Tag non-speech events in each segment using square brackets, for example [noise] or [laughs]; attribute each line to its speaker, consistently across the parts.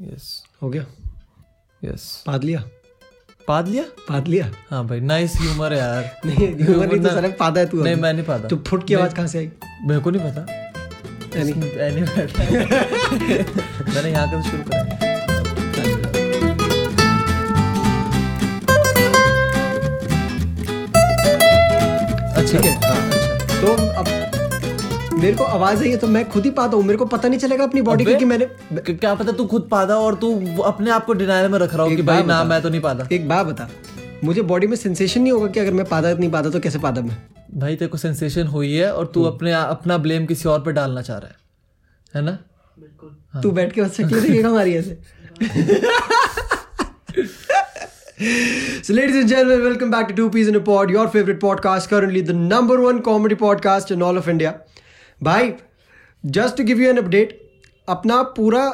Speaker 1: Yes
Speaker 2: हो गया
Speaker 1: yes
Speaker 2: पाद लिया
Speaker 1: पाद लिया
Speaker 2: पाद लिया
Speaker 1: हाँ भाई नाइस ह्यूमर है यार
Speaker 2: [laughs]
Speaker 1: [laughs]
Speaker 2: नहीं ह्यूमर नहीं तो
Speaker 1: ना-
Speaker 2: साला पादा है तू
Speaker 1: नहीं
Speaker 2: अभी।
Speaker 1: मैं नहीं पाता
Speaker 2: तो फुट की आवाज कहाँ से आई
Speaker 1: मेरे को नहीं पता
Speaker 2: यानी-
Speaker 1: नहीं पता। [laughs] मैंने यहाँ का शुरू करा है। अच्छा
Speaker 2: ठीक है, हाँ,
Speaker 1: अच्छा
Speaker 2: तो अब मेरे को आवाज आई है तो मैं खुद ही पाता हूँ मेरे को पता नहीं चलेगा अपनी बॉडी
Speaker 1: अबे,
Speaker 2: की कि मैंने
Speaker 1: क- क्या पता तू खुद पाता और तू अपने आप को डिनाइल में रख रहा हो
Speaker 2: एक
Speaker 1: कि
Speaker 2: बार
Speaker 1: भाई ना
Speaker 2: बता।
Speaker 1: मैं तो नहीं पाता
Speaker 2: एक बार बता मुझे बॉडी में सेंसेशन नहीं होगा कि अगर मैं पादा नहीं पादा तो कैसे पादा मैं
Speaker 1: भाई तेरे को सेंसेशन हुई है और
Speaker 2: हम्म।
Speaker 1: तू अपने अपना ब्लेम किसी और पे डालना चाह रहा है है ना
Speaker 2: तू बैठ के बस शक्ल देखेगा हमारी ऐसे [laughs] So, ladies and gentlemen, welcome back to Two Peas in a Pod, your favorite podcast, currently the number one comedy podcast in all of India. भाई just to give you an update, अपना पूरा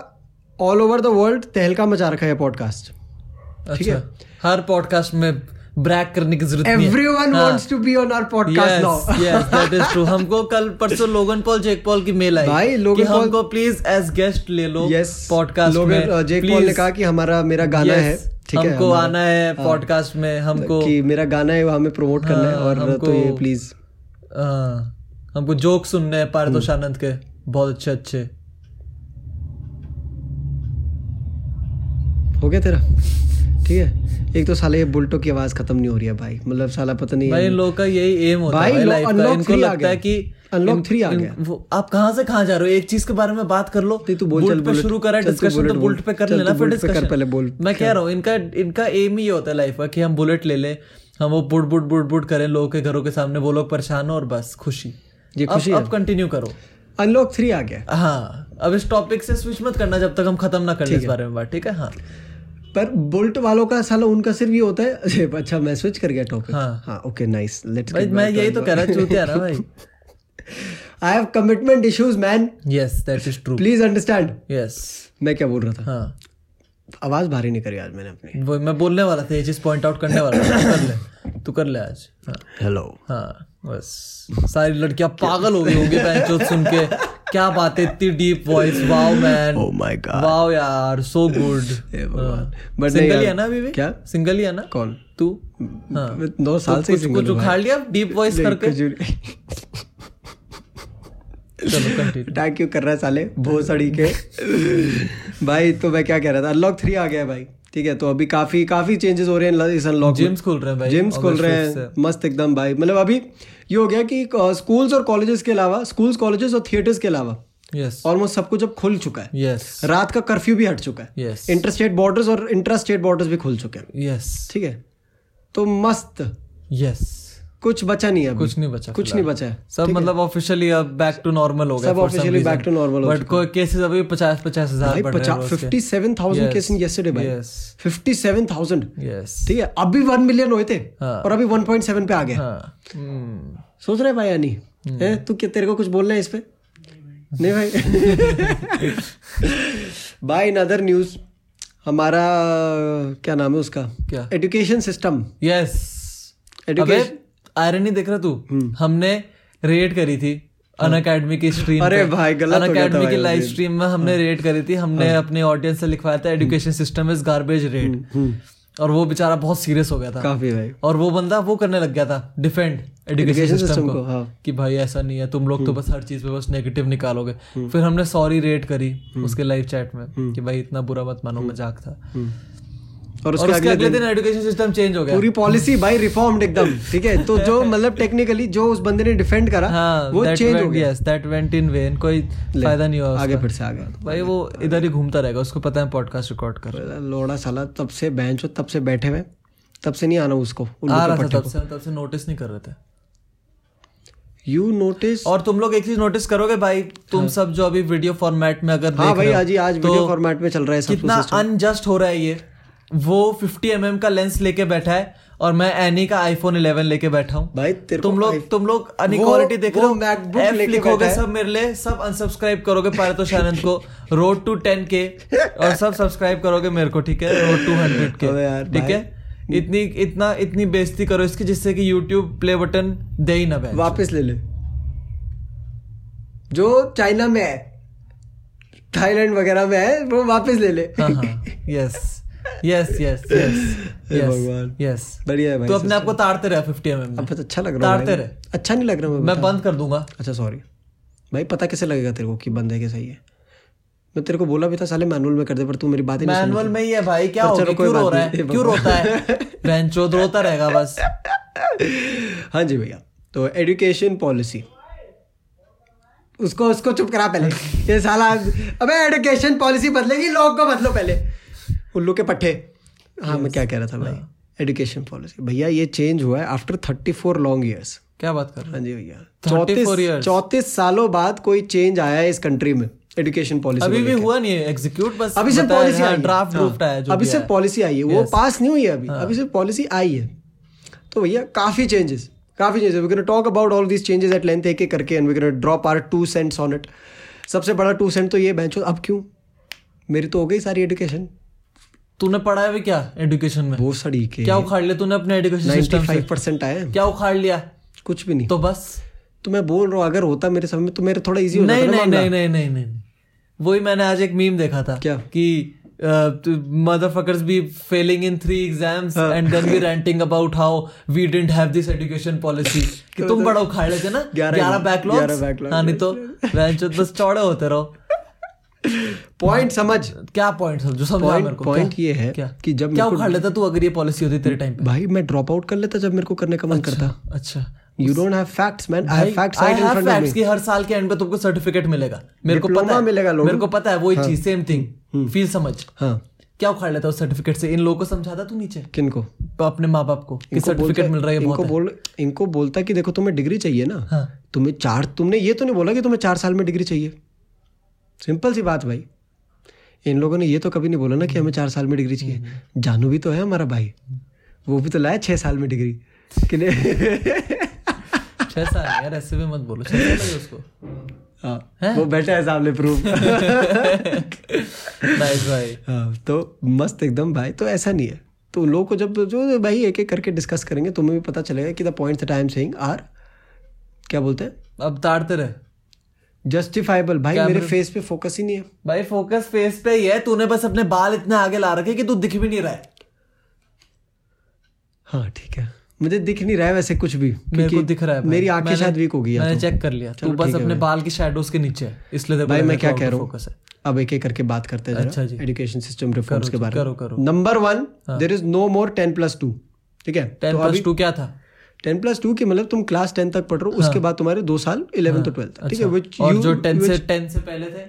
Speaker 2: all over the world तहलका मचा रखा है podcast ठीक
Speaker 1: अच्छा हर पॉडकास्ट में ब्रैक करने की जरूरत नहीं है
Speaker 2: एवरी वन
Speaker 1: हाँ।
Speaker 2: Wants to be on our podcast
Speaker 1: Yes,
Speaker 2: now
Speaker 1: yes, that is
Speaker 2: [laughs]
Speaker 1: true. हमको कल परसों लोगन पॉल जेक पॉल की मेल आई
Speaker 2: भाई,
Speaker 1: कि
Speaker 2: लोगन पॉल-
Speaker 1: हमको प्लीज एज गेस्ट ले लो
Speaker 2: यस
Speaker 1: पॉडकास्ट में
Speaker 2: लोगन जेक पॉल ने कहा कि हमारा मेरा गाना है ठीक है
Speaker 1: हमको
Speaker 2: हमारा- हाँ।
Speaker 1: आना है पॉडकास्ट में हमको
Speaker 2: कि मेरा गाना है वो हमें प्रमोट करना है
Speaker 1: हाँ,
Speaker 2: और तो
Speaker 1: हमको-
Speaker 2: ये प्लीज
Speaker 1: हाँ, हमको जोक सुनने हैं पारदोष
Speaker 2: हम्म।
Speaker 1: आनंद के बहुत अच्छे अच्छे
Speaker 2: हो गया तेरा ठीक है एक तो साले ये बुलटो की आवाज खत्म नहीं हो रही है भाई मतलब साला पता नहीं
Speaker 1: भाई इन लोगों का यही एम होता है
Speaker 2: भाई,
Speaker 1: भाई
Speaker 2: लो-
Speaker 1: लाइफ का
Speaker 2: unlock
Speaker 1: इनको
Speaker 2: three आ
Speaker 1: लगता
Speaker 2: गया।
Speaker 1: है कि
Speaker 2: Unlock three आ
Speaker 1: इन-
Speaker 2: गया।
Speaker 1: वो- आप कहाँ से कहाँ जा रहे हो एक चीज के बारे में बात कर लो
Speaker 2: नहीं, तू बोल,
Speaker 1: Bolt
Speaker 2: चल,
Speaker 1: पे
Speaker 2: Bolt,
Speaker 1: शुरू करा
Speaker 2: चल, तू
Speaker 1: डिस्कशन तो
Speaker 2: Bullet
Speaker 1: बुलेट
Speaker 2: बोल,
Speaker 1: पे कर
Speaker 2: चल,
Speaker 1: लेना
Speaker 2: तू
Speaker 1: फिर
Speaker 2: Bolt पे कर,
Speaker 1: डिस्कशन
Speaker 2: पहले Bolt
Speaker 1: मैं कह रहा हूँ इनका इनका एम ही होता है लाइफ का कि हम बुलेट ले लें हम वो बुट बुट बुट बुट करें लोगों के घरों के सामने वो लोग परेशान हो और बस खुशी
Speaker 2: ये खुशी
Speaker 1: अब कंटिन्यू करो
Speaker 2: अनलॉक थ्री आ गया
Speaker 1: हाँ अब इस टॉपिक से स्विच मत करना जब तक हम खत्म ना कर लें इस बारे में बात ठीक है हाँ
Speaker 2: पर बुलट वालों का साला उनका सिर्फ ये होता है अरे, अच्छा मैं स्विच कर गया टॉपिक
Speaker 1: हाँ।
Speaker 2: हाँ ओके नाइस लेट्स
Speaker 1: भाई मैं यही तो कह रहा चूतिया
Speaker 2: [laughs]
Speaker 1: ना भाई
Speaker 2: I have commitment issues man
Speaker 1: yes that is true
Speaker 2: please understand
Speaker 1: yes
Speaker 2: मैं क्या बोल रहा था
Speaker 1: हाँ
Speaker 2: आवाज भारी नहीं करी आज मैंने अपनी
Speaker 1: वो मैं बोलने वाला था ये चीज पॉइंट आउट करने वाला था कर ले तू कर ले आज हाँ
Speaker 2: हेलो
Speaker 1: हाँ बस सारी लड़कियां पागल हो गई होंगी बहनचोद सुन के क्या बात है इतनी deep voice wow man
Speaker 2: oh my god
Speaker 1: wow यार सो गुड
Speaker 2: भगवान। But नहीं
Speaker 1: सिंगल हाँ।
Speaker 2: यार,
Speaker 1: ही है ना अभी भी
Speaker 2: क्या?
Speaker 1: सिंगल ही है ना
Speaker 2: कौन
Speaker 1: तू हाँ
Speaker 2: मैं नौ साल से ही
Speaker 1: कुछ
Speaker 2: single
Speaker 1: कुछ
Speaker 2: हूँ
Speaker 1: उखाड़
Speaker 2: भाई।
Speaker 1: लिया डीप वॉइस
Speaker 2: नहीं,
Speaker 1: करके
Speaker 2: कुछ भी-
Speaker 1: चलो कंटिन्यू
Speaker 2: अटैक क्यों कर रहा है साले भोसड़ी के भाई तो मैं क्या कह रहा था अनलॉक थ्री आ गया है भाई ठीक है तो अभी काफी काफी चेंजेस हो रहे हैं इस अनलॉक
Speaker 1: जिम्स खोल रहे हैं भाई
Speaker 2: जिम्स खोल
Speaker 1: अगस्त
Speaker 2: रहे
Speaker 1: से।
Speaker 2: हैं मस्त एकदम भाई मतलब अभी ये हो गया कि स्कूल्स और कॉलेजेस के अलावा स्कूल्स कॉलेजेस और थिएटर्स के अलावा
Speaker 1: यस
Speaker 2: ऑलमोस्ट सब कुछ अब खुल चुका है
Speaker 1: यस
Speaker 2: रात का कर्फ्यू भी हट चुका है
Speaker 1: यस
Speaker 2: इंटर स्टेट बॉर्डर्स और इंट्रा स्टेट बॉर्डर्स भी खुल चुके हैं
Speaker 1: यस
Speaker 2: ठीक है तो मस्त
Speaker 1: यस
Speaker 2: कुछ बचा नहीं है अभी
Speaker 1: कुछ नहीं बचा
Speaker 2: कुछ नहीं बचा है
Speaker 1: सब मतलब ऑफिशियली अब बैक टू नॉर्मल हो गया
Speaker 2: सब officially back to normal हो
Speaker 1: बट कोई केसेस अभी 50 50 हजार
Speaker 2: भाई
Speaker 1: बढ़ रहे
Speaker 2: पचास
Speaker 1: हैं
Speaker 2: fifty seven thousand
Speaker 1: Yes.
Speaker 2: Case in yesterday भाई
Speaker 1: Yes.
Speaker 2: Fifty seven thousand
Speaker 1: yes
Speaker 2: ठीक है अभी वन मिलियन हुए थे
Speaker 1: हाँ।
Speaker 2: और अभी वन पॉइंट सेवन पे आ गए
Speaker 1: हाँ हम्म,
Speaker 2: सोच रहे भाई यानी है तू क्या तेरे को कुछ बोलना है इस पे नहीं
Speaker 1: [laughs]
Speaker 2: भाई भाई इन अदर न्यूज हमारा क्या नाम है उसका
Speaker 1: क्या?
Speaker 2: एजुकेशन सिस्टम
Speaker 1: यस अबे हाँ।
Speaker 2: एजुकेशन
Speaker 1: आयरनी देख रहा तू
Speaker 2: Hmm.
Speaker 1: हमने रेड करी थी अन अकेडमी की स्ट्रीम
Speaker 2: अरे भाई, गलत हो गया था
Speaker 1: की
Speaker 2: भाई हाँ।
Speaker 1: लाइव
Speaker 2: उस दिन।
Speaker 1: स्ट्रीम में हमने रेड करी थी हमने अपने ऑडियंस से लिखवाया था education system is garbage
Speaker 2: Hmm.
Speaker 1: Red और वो बेचारा बहुत सीरियस हो गया था
Speaker 2: हम्म, काफी भाई
Speaker 1: और वो बंदा वो करने लग गया था defend education
Speaker 2: Education
Speaker 1: system
Speaker 2: system
Speaker 1: को
Speaker 2: को, हाँ। हम्म।
Speaker 1: कि भाई ऐसा नहीं है तुम लोग तो बस हर चीज पे बस नेगेटिव निकालोगे फिर हमने सॉरी रेट करी
Speaker 2: हम्म।
Speaker 1: उसके लाइव चैट में कि भाई इतना बुरा मत मानो मजाक था
Speaker 2: और
Speaker 1: और
Speaker 2: हम्म। उसके
Speaker 1: उसके
Speaker 2: अगले
Speaker 1: अगले
Speaker 2: दिन
Speaker 1: दिन एजुकेशन सिस्टम चेंज हो गया
Speaker 2: पूरी पॉलिसी भाई रिफॉर्म्ड एकदम ठीक है तो जो मतलब टेक्निकली जो उस बंदे ने डिफेंड करा
Speaker 1: हाँ
Speaker 2: वो
Speaker 1: that
Speaker 2: चेंज हो
Speaker 1: went-
Speaker 2: गया
Speaker 1: yes, that went in vain, कोई फायदा नहीं हुआ
Speaker 2: आगे
Speaker 1: उसका।
Speaker 2: फिर से आ गया
Speaker 1: भाई वो इधर ही घूमता रहेगा उसको पता है पॉडकास्ट रिकॉर्ड कर
Speaker 2: लोड़ा साला तब से बेंच हो तब से बैठे हुए तब से नहीं आना उसको तो
Speaker 1: आ रहा था तब से हम तब से नोटिस नहीं कर रहे थे
Speaker 2: यू नोटिस
Speaker 1: और तुम लोग एक चीज नोटिस करोगे भाई तुम सब जो अभी वीडियो फॉर्मेट में अगर
Speaker 2: हाँ
Speaker 1: देख
Speaker 2: भाई
Speaker 1: रहे हो,
Speaker 2: आज ही आज
Speaker 1: तो
Speaker 2: वीडियो फॉर्मेट में चल रहा है सब
Speaker 1: कितना अनजस्ट हो रहा है ये वो 50 एम का लेंस लेके बैठा है और मैं एनी का आईफोन 11 लेके बैठा हूँ
Speaker 2: भाई तेरे
Speaker 1: तुम
Speaker 2: को
Speaker 1: लोग
Speaker 2: आई-
Speaker 1: तुम लोग
Speaker 2: वो-
Speaker 1: अनइक्वालिटी देख
Speaker 2: वो
Speaker 1: रहे हो
Speaker 2: MacBook
Speaker 1: F
Speaker 2: लेके
Speaker 1: लिखोगे
Speaker 2: बैठा है।
Speaker 1: सब मेरे लिए सब अनसब्सक्राइब करोगे पारितोष आनंद को रोड टू टेन के और सब सब्सक्राइब करोगे मेरे को ठीक है रोड टू हंड्रेड
Speaker 2: [laughs] अबे
Speaker 1: के
Speaker 2: यार,
Speaker 1: ठीक
Speaker 2: भाई।
Speaker 1: है इतनी इतना इतनी बेइज्जती करो इसकी जिससे कि YouTube प्ले बटन दे ही ना बैन
Speaker 2: वापस ले ले जो चाइना में है थाईलैंड वगैरह में है वो वापस ले ले
Speaker 1: हाँ हाँ yes yes yes
Speaker 2: hey
Speaker 1: yes
Speaker 2: भगवान।
Speaker 1: यस
Speaker 2: बढ़िया है भाई
Speaker 1: तो अपने आप को ताड़ते रहे फिफ्टी एम
Speaker 2: अब
Speaker 1: में
Speaker 2: तो अच्छा लग रहा
Speaker 1: ताड़ते
Speaker 2: है
Speaker 1: रहे।
Speaker 2: अच्छा नहीं लग रहा मैं
Speaker 1: मैं बंद कर दूंगा
Speaker 2: अच्छा सॉरी भाई पता कैसे लगेगा तेरे को कि बंद है कि सही है मैं तेरे को बोला भी था साले मैनुअल में कर दे पर तू मेरी बात ही नहीं
Speaker 1: मैनुअल में ही है भाई क्या
Speaker 2: पर
Speaker 1: हो
Speaker 2: तो चलो
Speaker 1: गया
Speaker 2: कोई
Speaker 1: क्यों रो
Speaker 2: बात
Speaker 1: रहा
Speaker 2: नहीं,
Speaker 1: है
Speaker 2: ये
Speaker 1: क्यों
Speaker 2: बात-
Speaker 1: रोता है
Speaker 2: [laughs]
Speaker 1: बेंचो रोता रहेगा बस
Speaker 2: समझ हाँ जी भैया तो एडुकेशन पॉलिसी उसको उसको चुप करा पहले ये साला अबे एडुकेशन पॉलिसी बदलेगी लोग को बदलो पहले उल्लू के पट्टे हाँ मैं क्या कह रहा था भाई
Speaker 1: हाँ।
Speaker 2: एडुकेशन पॉलिसी भैया ये चेंज हुआ है after thirty four long years
Speaker 1: क्या बात कर रहे
Speaker 2: हाँ जी भैया
Speaker 1: 34
Speaker 2: चौंतीस
Speaker 1: years.
Speaker 2: चौंतीस सालों बाद कोई चेंज आया है इस कंट्री में एडुकेशन
Speaker 1: हो?
Speaker 2: पॉलिसी
Speaker 1: अभी भी हुआ नहीं है एग्जीक्यूट बस
Speaker 2: अभी सिर्फ पॉलिसी आई है
Speaker 1: ड्राफ्ट
Speaker 2: हाँ,
Speaker 1: ड्राफ्ट आया जो
Speaker 2: अभी
Speaker 1: भी हाँ।
Speaker 2: सिर्फ
Speaker 1: आया।
Speaker 2: पॉलिसी आई है वो पास नहीं हुई है अभी अभी सिर्फ पॉलिसी आई है तो भैया काफी चेंजेस काफी changes we can talk about all these changes at length एक एक करके and we can drop our two cents on it सबसे बड़ा टू सेंट तो ये बेंचो अब क्यों मेरी तो हो गई सारी एडुकेशन
Speaker 1: तूने पढ़ा है भी क्या एडुकेशन में
Speaker 2: वो सड़ी के
Speaker 1: क्या उखाड़ लिया तूने अपने एडुकेशन
Speaker 2: नाइन्टी
Speaker 1: सिस्टम से
Speaker 2: फाइव परसेंट आए
Speaker 1: क्या उखाड़ लिया
Speaker 2: कुछ भी नहीं
Speaker 1: तो बस
Speaker 2: तो मैं बोल रहा हूँ अगर होता मेरे समय में तो मेरे थोड़ा इजी हो
Speaker 1: नहीं
Speaker 2: जाता ना
Speaker 1: नहीं
Speaker 2: मामला।
Speaker 1: नहीं नहीं नहीं नहीं वही मैंने आज एक मीम देखा था
Speaker 2: क्या?
Speaker 1: कि तो motherfuckers be failing in three exams
Speaker 2: हाँ।
Speaker 1: And then be ranting about how we didn't have this education policy कि तुम बड़ा उखाड़ लेते ना
Speaker 2: 11
Speaker 1: ग्यारह
Speaker 2: ग्यारह
Speaker 1: बैकलॉग्स
Speaker 2: backlogs।
Speaker 1: हाँ नहीं तो बेंचों बस चौड़े होते रहो
Speaker 2: पॉइंट समझ
Speaker 1: क्या पॉइंट जो समझा
Speaker 2: Point-
Speaker 1: मेरे को
Speaker 2: point
Speaker 1: क्या?
Speaker 2: ये है
Speaker 1: क्या
Speaker 2: कि जब
Speaker 1: क्या
Speaker 2: मेरे को-
Speaker 1: उखाड़ लेता तू अगर ये पॉलिसी होती तेरे टाइम पे
Speaker 2: भाई मैं ड्रॉप आउट कर लेता जब मेरे को करने का मन करता
Speaker 1: अच्छा
Speaker 2: you don't have facts man I have facts
Speaker 1: I
Speaker 2: right in
Speaker 1: have
Speaker 2: front of
Speaker 1: facts कि हर साल के एंड पे तुमको सर्टिफिकेट मिलेगा मेरे को
Speaker 2: Diploma
Speaker 1: पता है
Speaker 2: मिलेगा लोगों
Speaker 1: मेरे को पता है वही चीज सेम थिंग फील समझ
Speaker 2: हाँ
Speaker 1: क्या उखाड़ लेता उस सर्टिफिकेट से इन लोगों को समझाता तू नीचे
Speaker 2: किनको
Speaker 1: अपने माँ बाप को कि
Speaker 2: इनको
Speaker 1: सर्टिफिकेट
Speaker 2: बोलता-
Speaker 1: मिल रहा है ये
Speaker 2: इनको
Speaker 1: बहुत है।
Speaker 2: बोल इनको बोलता कि देखो तुम्हें डिग्री चाहिए ना
Speaker 1: हाँ।
Speaker 2: तुम्हें चार तुमने ये तो नहीं बोला कि तुम्हें चार साल में डिग्री चाहिए सिंपल सी बात भाई इन लोगों ने ये तो कभी नहीं बोला ना कि हमें चार साल में डिग्री चाहिए जानू भी तो है हमारा भाई वो भी तो लाया छः साल में डिग्री कि नहीं
Speaker 1: छह साल यार ऐसे भी मत बोलो छह साल है उसको
Speaker 2: हाँ, वो बैठा है सामने प्रूफ
Speaker 1: नाइस भाई
Speaker 2: हाँ, तो मस्त एकदम भाई तो ऐसा नहीं है तो उन लोगों को जब जो भाई एक एक करके डिस्कस करेंगे तुम्हें भी पता चलेगा कि the points that I am saying are क्या बोलते हैं
Speaker 1: अब ताड़ते रहे
Speaker 2: जस्टिफाइबल भाई मेरे फेस पे फोकस ही नहीं है
Speaker 1: भाई फोकस फेस पे ही है तूने बस अपने बाल इतने आगे ला रखे कि तू दिख भी नहीं रहा है
Speaker 2: हाँ ठीक है मुझे दिख नहीं रहा है वैसे कुछ भी
Speaker 1: मेरे को
Speaker 2: क्योंकि
Speaker 1: दिख रहा है भाई।
Speaker 2: मेरी आंखें
Speaker 1: मैंने-
Speaker 2: शायद वीक हो गई या
Speaker 1: मैंने
Speaker 2: तो।
Speaker 1: चेक कर लिया तू
Speaker 2: चलो
Speaker 1: बस
Speaker 2: ठीक है
Speaker 1: अपने बाल की शेडोज के नीचे है इसलिए तेरे को
Speaker 2: भाई
Speaker 1: लग
Speaker 2: मैं
Speaker 1: है
Speaker 2: क्या
Speaker 1: कि
Speaker 2: कह
Speaker 1: और
Speaker 2: रहा हूँ
Speaker 1: फोकस है
Speaker 2: अब एक एक करके बात करते हैं
Speaker 1: अच्छा जी।
Speaker 2: एजुकेशन सिस्टम रिफॉर्म्स के बारे
Speaker 1: करो करो
Speaker 2: में
Speaker 1: हाँ।
Speaker 2: Number one there is no more ten plus two ठीक है तो
Speaker 1: टेन प्लस टू क्या था
Speaker 2: टेन प्लस टू की मतलब तुम क्लास टेन तक पढ़ रहे हो उसके बाद तुम्हारे दो साल इलेवन तो ट्वेल्थ ठीक है विच
Speaker 1: हाँ। अच्छा। और जो टेन से टेन से पहले थे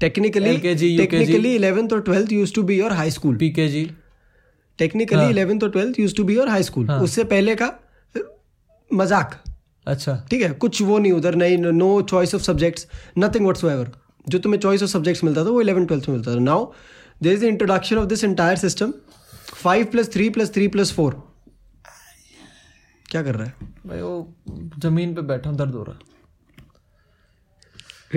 Speaker 2: technically
Speaker 1: LKG, UKG.
Speaker 2: Technically 11th और 12th used to be your high school
Speaker 1: PKG हाँ।
Speaker 2: टेक्निकली 11th और 12th used to be your high school उससे पहले का मजाक
Speaker 1: अच्छा
Speaker 2: ठीक है कुछ वो नहीं उधर नहीं no choice of subjects nothing what's जो तुम्हें चॉइस ऑफ सब्जेक्ट्स मिलता था वो 11 ट्वेल्थ में मिलता था now there is the introduction of this entire system five plus three plus three plus four क्या कर रहा है
Speaker 1: भाई वो जमीन पे बैठा हूं, दर्द हो रहा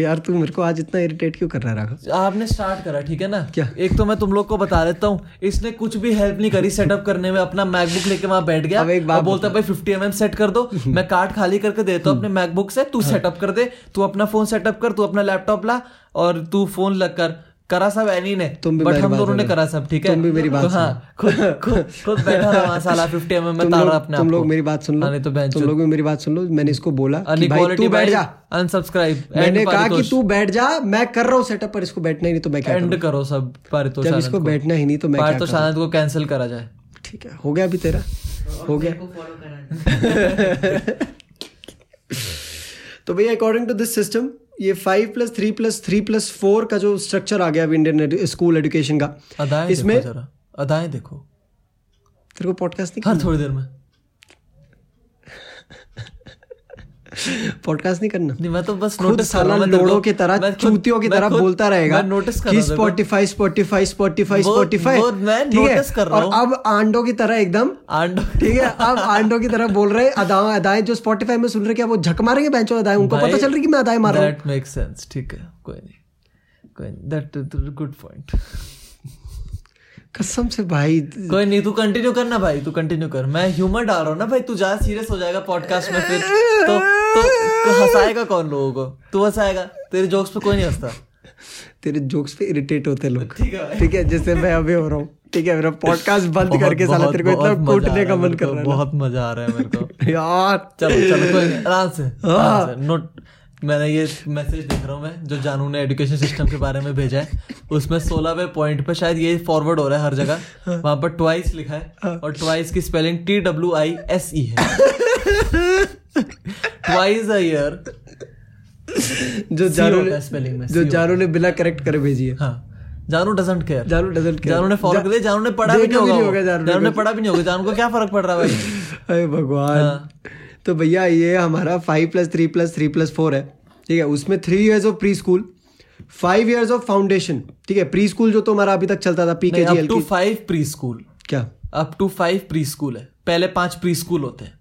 Speaker 2: यार तू मेरे को आज इतना इरिटेट क्यों कर रहा है राघव
Speaker 1: आपने स्टार्ट करा ठीक है ना
Speaker 2: क्या?
Speaker 1: एक तो मैं तुम लोग को बता देता हूँ इसने कुछ भी हेल्प नहीं करी सेटअप करने में अपना मैकबुक लेके वहां बैठ गया
Speaker 2: अब एक बात
Speaker 1: और बोलता है, भाई फिफ्टी एम सेट कर
Speaker 2: [laughs]
Speaker 1: दो मैं कार्ड खाली करके देता हूँ अपने मैकबुक से
Speaker 2: हाँ।
Speaker 1: तू सेटअप कर दे तू अपना फोन सेटअप कर तू अपना लैपटॉप ला और तू फोन लग कर करा सब एनी ने
Speaker 2: तुम भी
Speaker 1: बट
Speaker 2: मेरी
Speaker 1: हम
Speaker 2: बात
Speaker 1: दोनों ने
Speaker 2: सुनो।
Speaker 1: करा सब ठीक है
Speaker 2: तुम भी मेरी बात
Speaker 1: तो हाँ खुद
Speaker 2: [laughs]
Speaker 1: खुद खुद बैठा रहा वहाँ साला फिफ्टी एम में
Speaker 2: तुम
Speaker 1: तार
Speaker 2: लोग-
Speaker 1: अपने
Speaker 2: तुम
Speaker 1: आप
Speaker 2: लोग
Speaker 1: को।
Speaker 2: मेरी बात सुन लो
Speaker 1: हाँ, नहीं तो बहन
Speaker 2: तुम लोग भी मेरी बात सुन लो मैंने इसको बोला कि भाई
Speaker 1: अनइक्वालिटी
Speaker 2: तू बैठ जा
Speaker 1: अनसब्सक्राइब
Speaker 2: मैंने कहा कि तू बैठ जा मैं कर रहा हूँ सेटअप पर इसको बैठना ही नहीं तो मैं क्या
Speaker 1: एंड करो सब पारितोष
Speaker 2: जब
Speaker 1: आनंद
Speaker 2: इसको
Speaker 1: को
Speaker 2: बैठना ही नहीं तो मैं क्या
Speaker 1: पारितोष आनंद को कैंसिल करा जाए
Speaker 2: करूं? ठीक है हो गया अभी तेरा हो गया [laughs] तो भैया अकॉर्डिंग टू दिस सिस्टम ये five plus three plus three plus four का जो स्ट्रक्चर आ गया अभी इंडियन स्कूल एजुकेशन का
Speaker 1: अदाएं
Speaker 2: इसमें-
Speaker 1: इसमें जरा अदाएं देखो
Speaker 2: तेरे को पॉडकास्ट
Speaker 1: हर थोड़ी देर में
Speaker 2: नहीं पॉडकास्ट नहीं करना [laughs]
Speaker 1: नहीं मैं तो बस
Speaker 2: खुद
Speaker 1: नोटिस
Speaker 2: साला लोड़ों की तरह चूतियों की तरह बोलता रहेगा
Speaker 1: मैं नोटिस कर
Speaker 2: कि
Speaker 1: रहा हूं
Speaker 2: स्पॉटिफाई स्पॉटिफाई स्पॉटिफाई
Speaker 1: वो-
Speaker 2: स्पॉटिफाई
Speaker 1: वो मैं notice कर रहा
Speaker 2: और
Speaker 1: हूं।
Speaker 2: अब आंडों की तरह एकदम
Speaker 1: आंड
Speaker 2: ठीक है अब आंडों की तरह बोल रहे हैं अदाएं अदाएं जो स्पॉटिफाई में सुन रहे हैं, क्या वो झक मारेंगे बेंचों अदाएं उनको पता चल रही कि मैं अदाएं मार रहा हूं
Speaker 1: दैट मेक्स सेंस ठीक है कोई नहीं कोई नहीं दैट गुड पॉइंट
Speaker 2: [laughs] कसम से भाई
Speaker 1: कोई नहीं तू कंटिन्यू करना भाई तू कंटिन्यू कर मैं ह्यूमर डाल रहा हूँ ना भाई तू ज्यादा सीरियस हो जाएगा पॉडकास्ट में फिर तो तो तो हंसाएगा कौन लोगों को तू हंसाएगा तेरे जोक्स पे कोई नहीं हंसता
Speaker 2: तेरे जोक्स पे इरिटेट होते हैं लोग
Speaker 1: ठीक है भाई।
Speaker 2: ठीक है जैसे मैं अभी हो रहा हूँ ठीक है मेरा पॉडकास्ट बंद
Speaker 1: बहुत-
Speaker 2: करके साला
Speaker 1: बहुत-
Speaker 2: तेरे को
Speaker 1: बहुत
Speaker 2: इतना
Speaker 1: मजा आ
Speaker 2: कूटने
Speaker 1: रहा
Speaker 2: का
Speaker 1: है
Speaker 2: मन
Speaker 1: मेरे
Speaker 2: कर
Speaker 1: को,
Speaker 2: रहा है
Speaker 1: बहुत मजा आ रहा है मेरे को
Speaker 2: ना। यार
Speaker 1: चलो चलो कोई नहीं [laughs] आराम से
Speaker 2: हाँ।
Speaker 1: आराम से नोट मैंने ये मैसेज देख रहा हूँ मैं जो जानू ने एजुकेशन सिस्टम के बारे में भेजा है उसमें 16वें पॉइंट पे शायद ये फॉरवर्ड हो रहा है हर जगह वहां पर ट्वाइस लिखा है और ट्वाइस की spelling T W I S E है ट्वाइस अ ईयर
Speaker 2: जो जानू
Speaker 1: होता
Speaker 2: ने
Speaker 1: है spelling में,
Speaker 2: जो
Speaker 1: C
Speaker 2: जानू ने बिना करेक्ट करे भेजी है
Speaker 1: हाँ Jaanu doesn't care
Speaker 2: Jaanu doesn't care
Speaker 1: Jaanu ने फॉलो कर लिया जानू ने पढ़ा भी नहीं होगा वो।
Speaker 2: जानू
Speaker 1: जानू
Speaker 2: ने
Speaker 1: ने पढ़ा भी नहीं होगा जानू को क्या फर्क पड़ रहा है भाई
Speaker 2: कुछ। अरे
Speaker 1: हाँ।
Speaker 2: भगवान तो भैया ये हमारा five plus three plus three plus four है ठीक है उसमें three years of preschool five years of foundation ठीक है प्री स्कूल जो तो हमारा अभी तक चलता था पी के जी
Speaker 1: नहीं,
Speaker 2: L
Speaker 1: up to five preschool
Speaker 2: क्या
Speaker 1: up to five preschool है पहले पांच प्री स्कूल होते हैं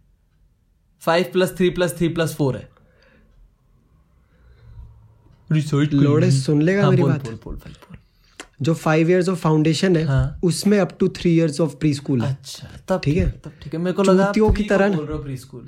Speaker 1: five plus three plus three plus four है रिसर्च
Speaker 2: लोड़े सुन लेगा मेरी बात
Speaker 1: हाँ, बोल, बोल, बोल, बोल।
Speaker 2: जो फाइव इयर्स ऑफ फाउंडेशन है
Speaker 1: हाँ।
Speaker 2: उसमें up to three years of preschool है
Speaker 1: अच्छा तब
Speaker 2: ठीक है।
Speaker 1: तब ठीक है मेरे को लगा
Speaker 2: चूतियों की तरह ना।
Speaker 1: प्री स्कूल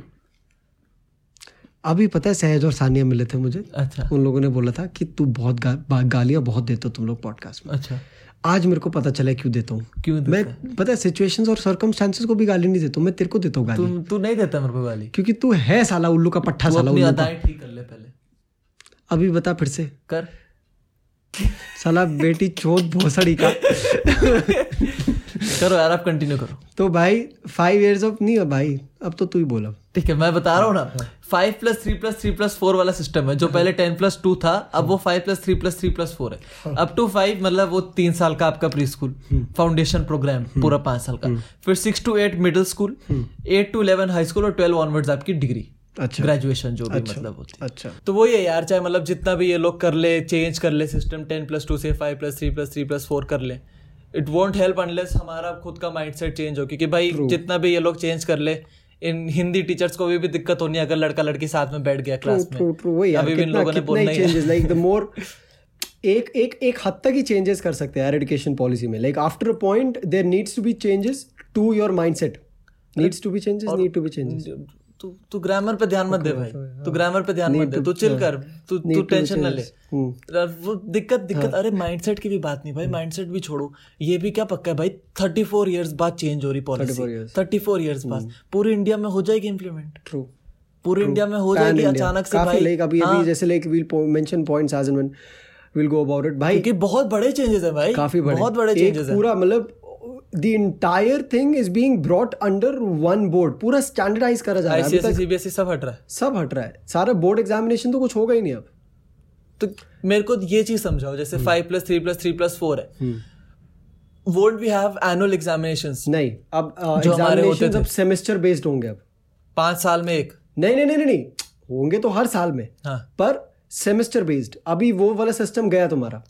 Speaker 2: अभी पता है सहज और सानिया मिले थे मुझे
Speaker 1: अच्छा
Speaker 2: उन लोगों ने बोला था कि तू बहुत गा, बा- गालियां बहुत देते हो तुम लोग पॉडकास्ट में
Speaker 1: अच्छा
Speaker 2: आज मेरे को पता चला है क्यों देता हूँ
Speaker 1: क्यों देता
Speaker 2: मैं पता है सिचुएशंस और सर्कमस्टांसेस को भी गाली नहीं देता हूँ मैं तेरे को देता हूँ गाली
Speaker 1: तू तू नहीं देता मेरे को गाली
Speaker 2: क्योंकि तू है साला उल्लू का पट्ठा
Speaker 1: तू
Speaker 2: साला तो-
Speaker 1: अपनी
Speaker 2: उल्लू का
Speaker 1: अदाएं ठीक कर ले पहले
Speaker 2: अभी बता फिर से
Speaker 1: कर
Speaker 2: साला बेटी चोत भोसड़ी का
Speaker 1: करो यार आप कंटिन्यू करो
Speaker 2: तो भाई फाइव इयर्स ऑफ नहीं है भाई अब तो तू ही बोला
Speaker 1: ठीक है मैं बता रहा हूँ ना five plus three plus three plus four वाला सिस्टम है जो पहले टेन प्लस टू था अब वो five plus three plus three plus four है अप टू फाइव मतलब वो तीन साल का आपका प्री स्कूल फाउंडेशन प्रोग्राम पूरा पांच साल का फिर six to eight middle school eight to eleven high school और ट्वेल्व ऑनवर्ड्स आपकी डिग्री
Speaker 2: अच्छा
Speaker 1: ग्रेजुएशन जो भी मतलब होती है
Speaker 2: अच्छा
Speaker 1: तो वही है यार चाहे मतलब जितना भी ये लोग कर ले चेंज कर ले सिस्टम टेन प्लस टू से five plus three plus three plus four कर ले इट वॉन्ट हेल्प अनलेस हमारा खुद का माइंड सेट चेंज हो क्योंकि भाई जितना भी ये लोग चेंज कर ले इन हिंदी टीचर्स को भी, भी दिक्कत होनी है अगर लड़का लड़की साथ में बैठ गया
Speaker 2: ट्रू
Speaker 1: क्लास में
Speaker 2: ट्रू ट्रू वही यार
Speaker 1: अभी भी इन
Speaker 2: कितना
Speaker 1: लोगों ने
Speaker 2: कितना
Speaker 1: बोलना
Speaker 2: ही
Speaker 1: ही है
Speaker 2: चेंजेस लाइक द मोर एक एक एक हद तक ही चेंजेस कर सकते हैं यार एजुकेशन पॉलिसी में like after a point there needs to be changes to your mindset needs to be changes need to be changes
Speaker 1: to to grammar पे ध्यान मत दे भाई तू
Speaker 2: हाँ।
Speaker 1: ग्रामर पे ध्यान मत दे तू चिल कर तू तू टेंशन ना ले
Speaker 2: हम्म,
Speaker 1: र- वो दिक्कत दिक्कत
Speaker 2: हाँ।
Speaker 1: अरे माइंडसेट की भी बात नहीं भाई माइंडसेट भी छोड़ो ये भी क्या पक्का है भाई थर्टी फोर ईयर्स बाद चेंज हो रही पॉलिसी
Speaker 2: 34
Speaker 1: थर्टी फोर ईयर्स बाद
Speaker 2: हम्म।
Speaker 1: पूरे इंडिया में हो जाएगी इम्प्लीमेंट
Speaker 2: ट्रू
Speaker 1: पूरे इंडिया में हो जाएगी अचानक से
Speaker 2: काफी
Speaker 1: भाई हाँ,
Speaker 2: लाइक अभी अभी जैसे like we'll mention points as and when will go about it भाई
Speaker 1: क्योंकि बहुत बड़े चेंजेस है भाई
Speaker 2: काफी बड़े
Speaker 1: बहुत बड़े
Speaker 2: एक
Speaker 1: चेंजेस है
Speaker 2: पूरा मतलब the entire thing is being brought under one board पूरा स्टैंडर्डाइज करा जा रहा है अभी
Speaker 1: आईसीएसई सीबीएसई E सब हट रहा है
Speaker 2: तक सब हट रहा है सारा बोर्ड एग्जामिनेशन तो कुछ होगा ही नहीं अब
Speaker 1: तो मेरे को ये चीज समझाओ जैसे
Speaker 2: हम्म।
Speaker 1: Five plus three plus three plus four है what we have annual examination
Speaker 2: नहीं अब
Speaker 1: जो हमारे होते
Speaker 2: एग्जामिनेशन
Speaker 1: थे।
Speaker 2: अब सेमेस्टर बेस्ड होंगे अब
Speaker 1: पांच साल में एक
Speaker 2: नहीं नहीं नहीं नहीं नहीं, होंगे तो हर साल में
Speaker 1: हाँ
Speaker 2: पर सेमेस्टर बेस्ड अभी वो वाला सिस्टम गया तुम्हारा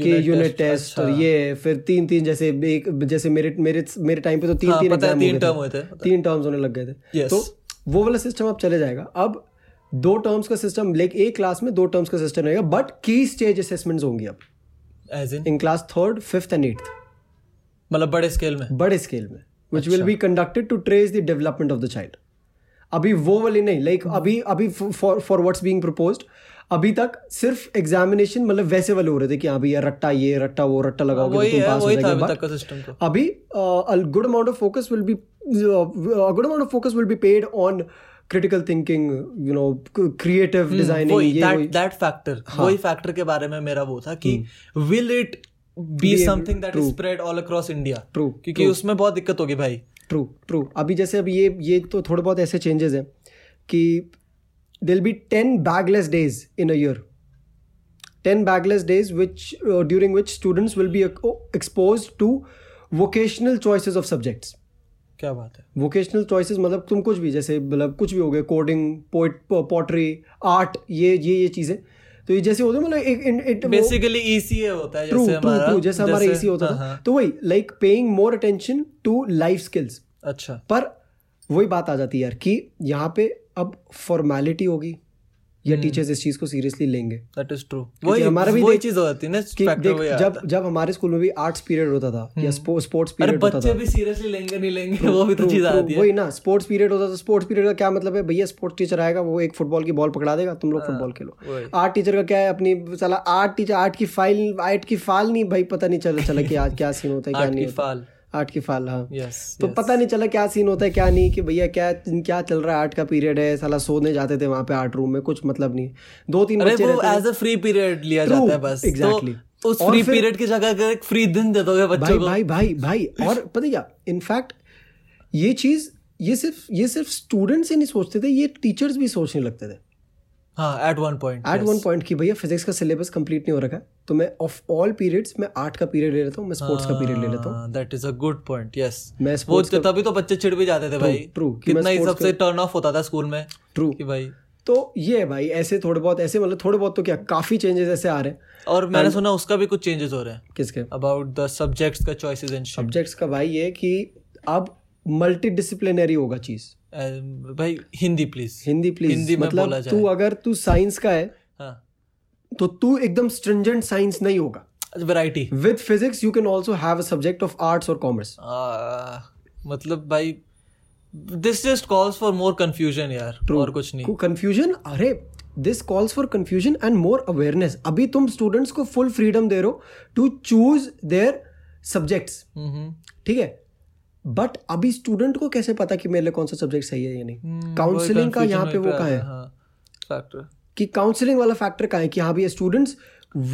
Speaker 2: कि यूनिट टेस्ट
Speaker 1: अच्छा।
Speaker 2: और ये फिर तीन तीन जैसे एक जैसे मेरे मेरे मेरे टाइम पे तो तीन
Speaker 1: हाँ,
Speaker 2: तीन
Speaker 1: पता है,
Speaker 2: एग्जाम
Speaker 1: तीन term हुए थे, पता
Speaker 2: तीन टर्म्स होने लग गए थे
Speaker 1: Yes.
Speaker 2: तो वो वाला सिस्टम अब चले जाएगा अब दो टर्म्स का सिस्टम लाइक एक क्लास में दो टर्म्स का सिस्टम रहेगा बट की स्टेज असेसमेंट्स होंगी अब
Speaker 1: as in
Speaker 2: in class third fifth and eighth
Speaker 1: मतलब बड़े स्केल में
Speaker 2: बड़े स्केल में विच विल
Speaker 1: अच्छा।
Speaker 2: Be conducted to trace the development of the child अभी वो वाली नहीं लाइक
Speaker 1: Hmm.
Speaker 2: अभी अभी for for what's being proposed अभी तक सिर्फ एग्जामिनेशन मतलब वैसे वाले हो रहे थे कि हाँ भैया रट्टा ये रट्टा वो रट्टा लगाओगे तो
Speaker 1: हाँ, वही
Speaker 2: तुम
Speaker 1: है
Speaker 2: पास हो
Speaker 1: वही था
Speaker 2: जाएगा
Speaker 1: अभी तक का सिस्टम तो
Speaker 2: अभी uh, a good amount of focus will be uh, good amount of focus will be paid on critical thinking you know creative designing
Speaker 1: Hmm. वही
Speaker 2: ये
Speaker 1: दैट
Speaker 2: वही। हाँ।
Speaker 1: दैट फैक्टर वही फैक्टर के बारे में मेरा वो था कि
Speaker 2: Hmm.
Speaker 1: Will it be something that is spread all across India
Speaker 2: True,
Speaker 1: क्योंकि उसमें बहुत दिक्कत होगी भाई
Speaker 2: ट्रू ट्रू अभी जैसे अभी ये ये तो थोड़े बहुत ऐसे चेंजेस हैं कि there'll be ten bagless days in a year ten bagless days which during which students will be expose to vocational choices of subjects
Speaker 1: क्या बात
Speaker 2: तो
Speaker 1: है
Speaker 2: वोकेशनल चॉइसेस मतलब तुम कुछ भी जैसे मतलब कुछ भी हो गया कोडिंग पोइट पॉटरी आर्ट ये ये ये चीज़ें तो ये जैसे होते हैं, मतलब एक इन- it- वो-
Speaker 1: बेसिकली ईसीए होता है
Speaker 2: ट्रू
Speaker 1: जैसे
Speaker 2: ट्रू
Speaker 1: हमारा
Speaker 2: ट्रू जैसे हमारा एसी होता
Speaker 1: हाँ,
Speaker 2: था
Speaker 1: हाँ,
Speaker 2: तो वही like paying more attention to life skills
Speaker 1: अच्छा
Speaker 2: पर वही बात आ जाती है यार कि यहाँ पे अब फॉर्मेलिटी होगी या टीचर्स इस चीज को सीरियसली लेंगे
Speaker 1: दैट इज ट्रू
Speaker 2: क्योंकि
Speaker 1: हम्म। वही
Speaker 2: हमारा
Speaker 1: हमारा
Speaker 2: भी
Speaker 1: भी वही
Speaker 2: देख-
Speaker 1: चीज हो जाती है ना
Speaker 2: कि
Speaker 1: factor
Speaker 2: देख
Speaker 1: वही आता
Speaker 2: जब जब हमारे स्कूल में भी आर्ट्स पीरियड होता था या स्पोर्ट्स
Speaker 1: है। हम्म। अरे
Speaker 2: पीरियड होता
Speaker 1: बच्चे
Speaker 2: था
Speaker 1: भी सीरियसली लेंगे नहीं लेंगे वो भी तो
Speaker 2: True,
Speaker 1: चीज
Speaker 2: true,
Speaker 1: आती है
Speaker 2: वही ना स्पोर्ट्स पीरियड होता था स्पोर्ट्स पीरियड का क्या मतलब है भैया स्पोर्ट्स टीचर आएगा वो एक फुटबॉल की बॉल पकड़ा देगा तुम लोग फुटबॉल खेलो
Speaker 1: हाँ, वही।
Speaker 2: आर्ट टीचर का क्या है अपनी साला आर्ट टीचर आर्ट की फाइल आर्ट की फाल नहीं भाई पता नहीं चला चला कि आज क्या सीन होता
Speaker 1: [laughs]
Speaker 2: है क्या
Speaker 1: आर्ट
Speaker 2: नहीं
Speaker 1: की
Speaker 2: होता
Speaker 1: फाल
Speaker 2: आर्ट की फाल हाँ
Speaker 1: यस
Speaker 2: तो पता नहीं चला क्या सीन होता है क्या नहीं कि भैया क्या क्या चल रहा है आर्ट का पीरियड है साला सोने जाते थे वहाँ पे आर्ट रूम में कुछ मतलब नहीं दो तीन
Speaker 1: अरे
Speaker 2: बच्चे
Speaker 1: वो
Speaker 2: रहते थे
Speaker 1: एज अ फ्री पीरियड लिया
Speaker 2: True,
Speaker 1: जाता है बस
Speaker 2: exactly.
Speaker 1: तो उस
Speaker 2: और
Speaker 1: फ्री
Speaker 2: फिर-
Speaker 1: पीरियड की जगह अगर एक फ्री दिन दे दोगे
Speaker 2: भाई
Speaker 1: बच्चों को
Speaker 2: भाई भाई भाई और पता है क्या इनफैक्ट ये चीज ये सिर्फ ये सिर्फ स्टूडेंट्स ही नहीं सोचते थे ये टीचर्स भी सोचने लगते थे
Speaker 1: हाँ at one point
Speaker 2: at one point कि भैया फिजिक्स का सिलेबस कंप्लीट नहीं हो रखा है तो मैं ऑफ ऑल पीरियड्स मैं आर्ट का पीरियड ले लेता हूँ मैं स्पोर्ट्स का पीरियड ले लेता हूँ
Speaker 1: that is a good point yes
Speaker 2: मैं
Speaker 1: हाँ। वो
Speaker 2: स्पोर्ट्स
Speaker 1: तो तभी तो बच्चे चिढ़ भी जाते थे भाई
Speaker 2: true, कि मैं
Speaker 1: कितना ही
Speaker 2: sports
Speaker 1: सबसे टर्न ऑफ होता था स्कूल में
Speaker 2: ट्रू
Speaker 1: कि भाई
Speaker 2: तो ये है भाई ऐसे थोड़े बहुत ऐसे मतलब थोड़े बहुत तो क्या काफ़ी चेंजेस ऐसे आ रहे हैं
Speaker 1: और मैंने सुना उसका भी कुछ चेंजेस हो रहे हैं
Speaker 2: किसके
Speaker 1: अबाउट द सब्जेक्ट्स का चॉइसेस एंड शिट
Speaker 2: सब्जेक्ट्स का भाई ये कि अब मल्टी डिसिप्लिनरी होगा चीज़
Speaker 1: भाई हिंदी प्लीज
Speaker 2: हिंदी प्लीज
Speaker 1: हिंदी में
Speaker 2: मतलब
Speaker 1: बोला जाए।
Speaker 2: तू अगर तू साइंस का है
Speaker 1: हाँ
Speaker 2: तो तू एकदम स्ट्रिंजेंट साइंस नहीं होगा
Speaker 1: variety
Speaker 2: with physics you can also have a subject of arts और कॉमर्स
Speaker 1: मतलब भाई this just calls for more confusion यार और कुछ नहीं
Speaker 2: कंफ्यूजन अरे this calls for confusion and more awareness अभी तुम स्टूडेंट्स को फुल फ्रीडम दे रहे हो टू चूज देयर सब्जेक्ट्स
Speaker 1: हम्म
Speaker 2: ठीक है बट अभी स्टूडेंट को कैसे पता कि मेरे लिए कौन सा सब्जेक्ट सही है या
Speaker 1: Hmm,
Speaker 2: नहीं काउंसलिंग का यहाँ पे वो कहाँ है
Speaker 1: फैक्टर
Speaker 2: कि काउंसलिंग वाला फैक्टर कहाँ है कि हाँ भैया students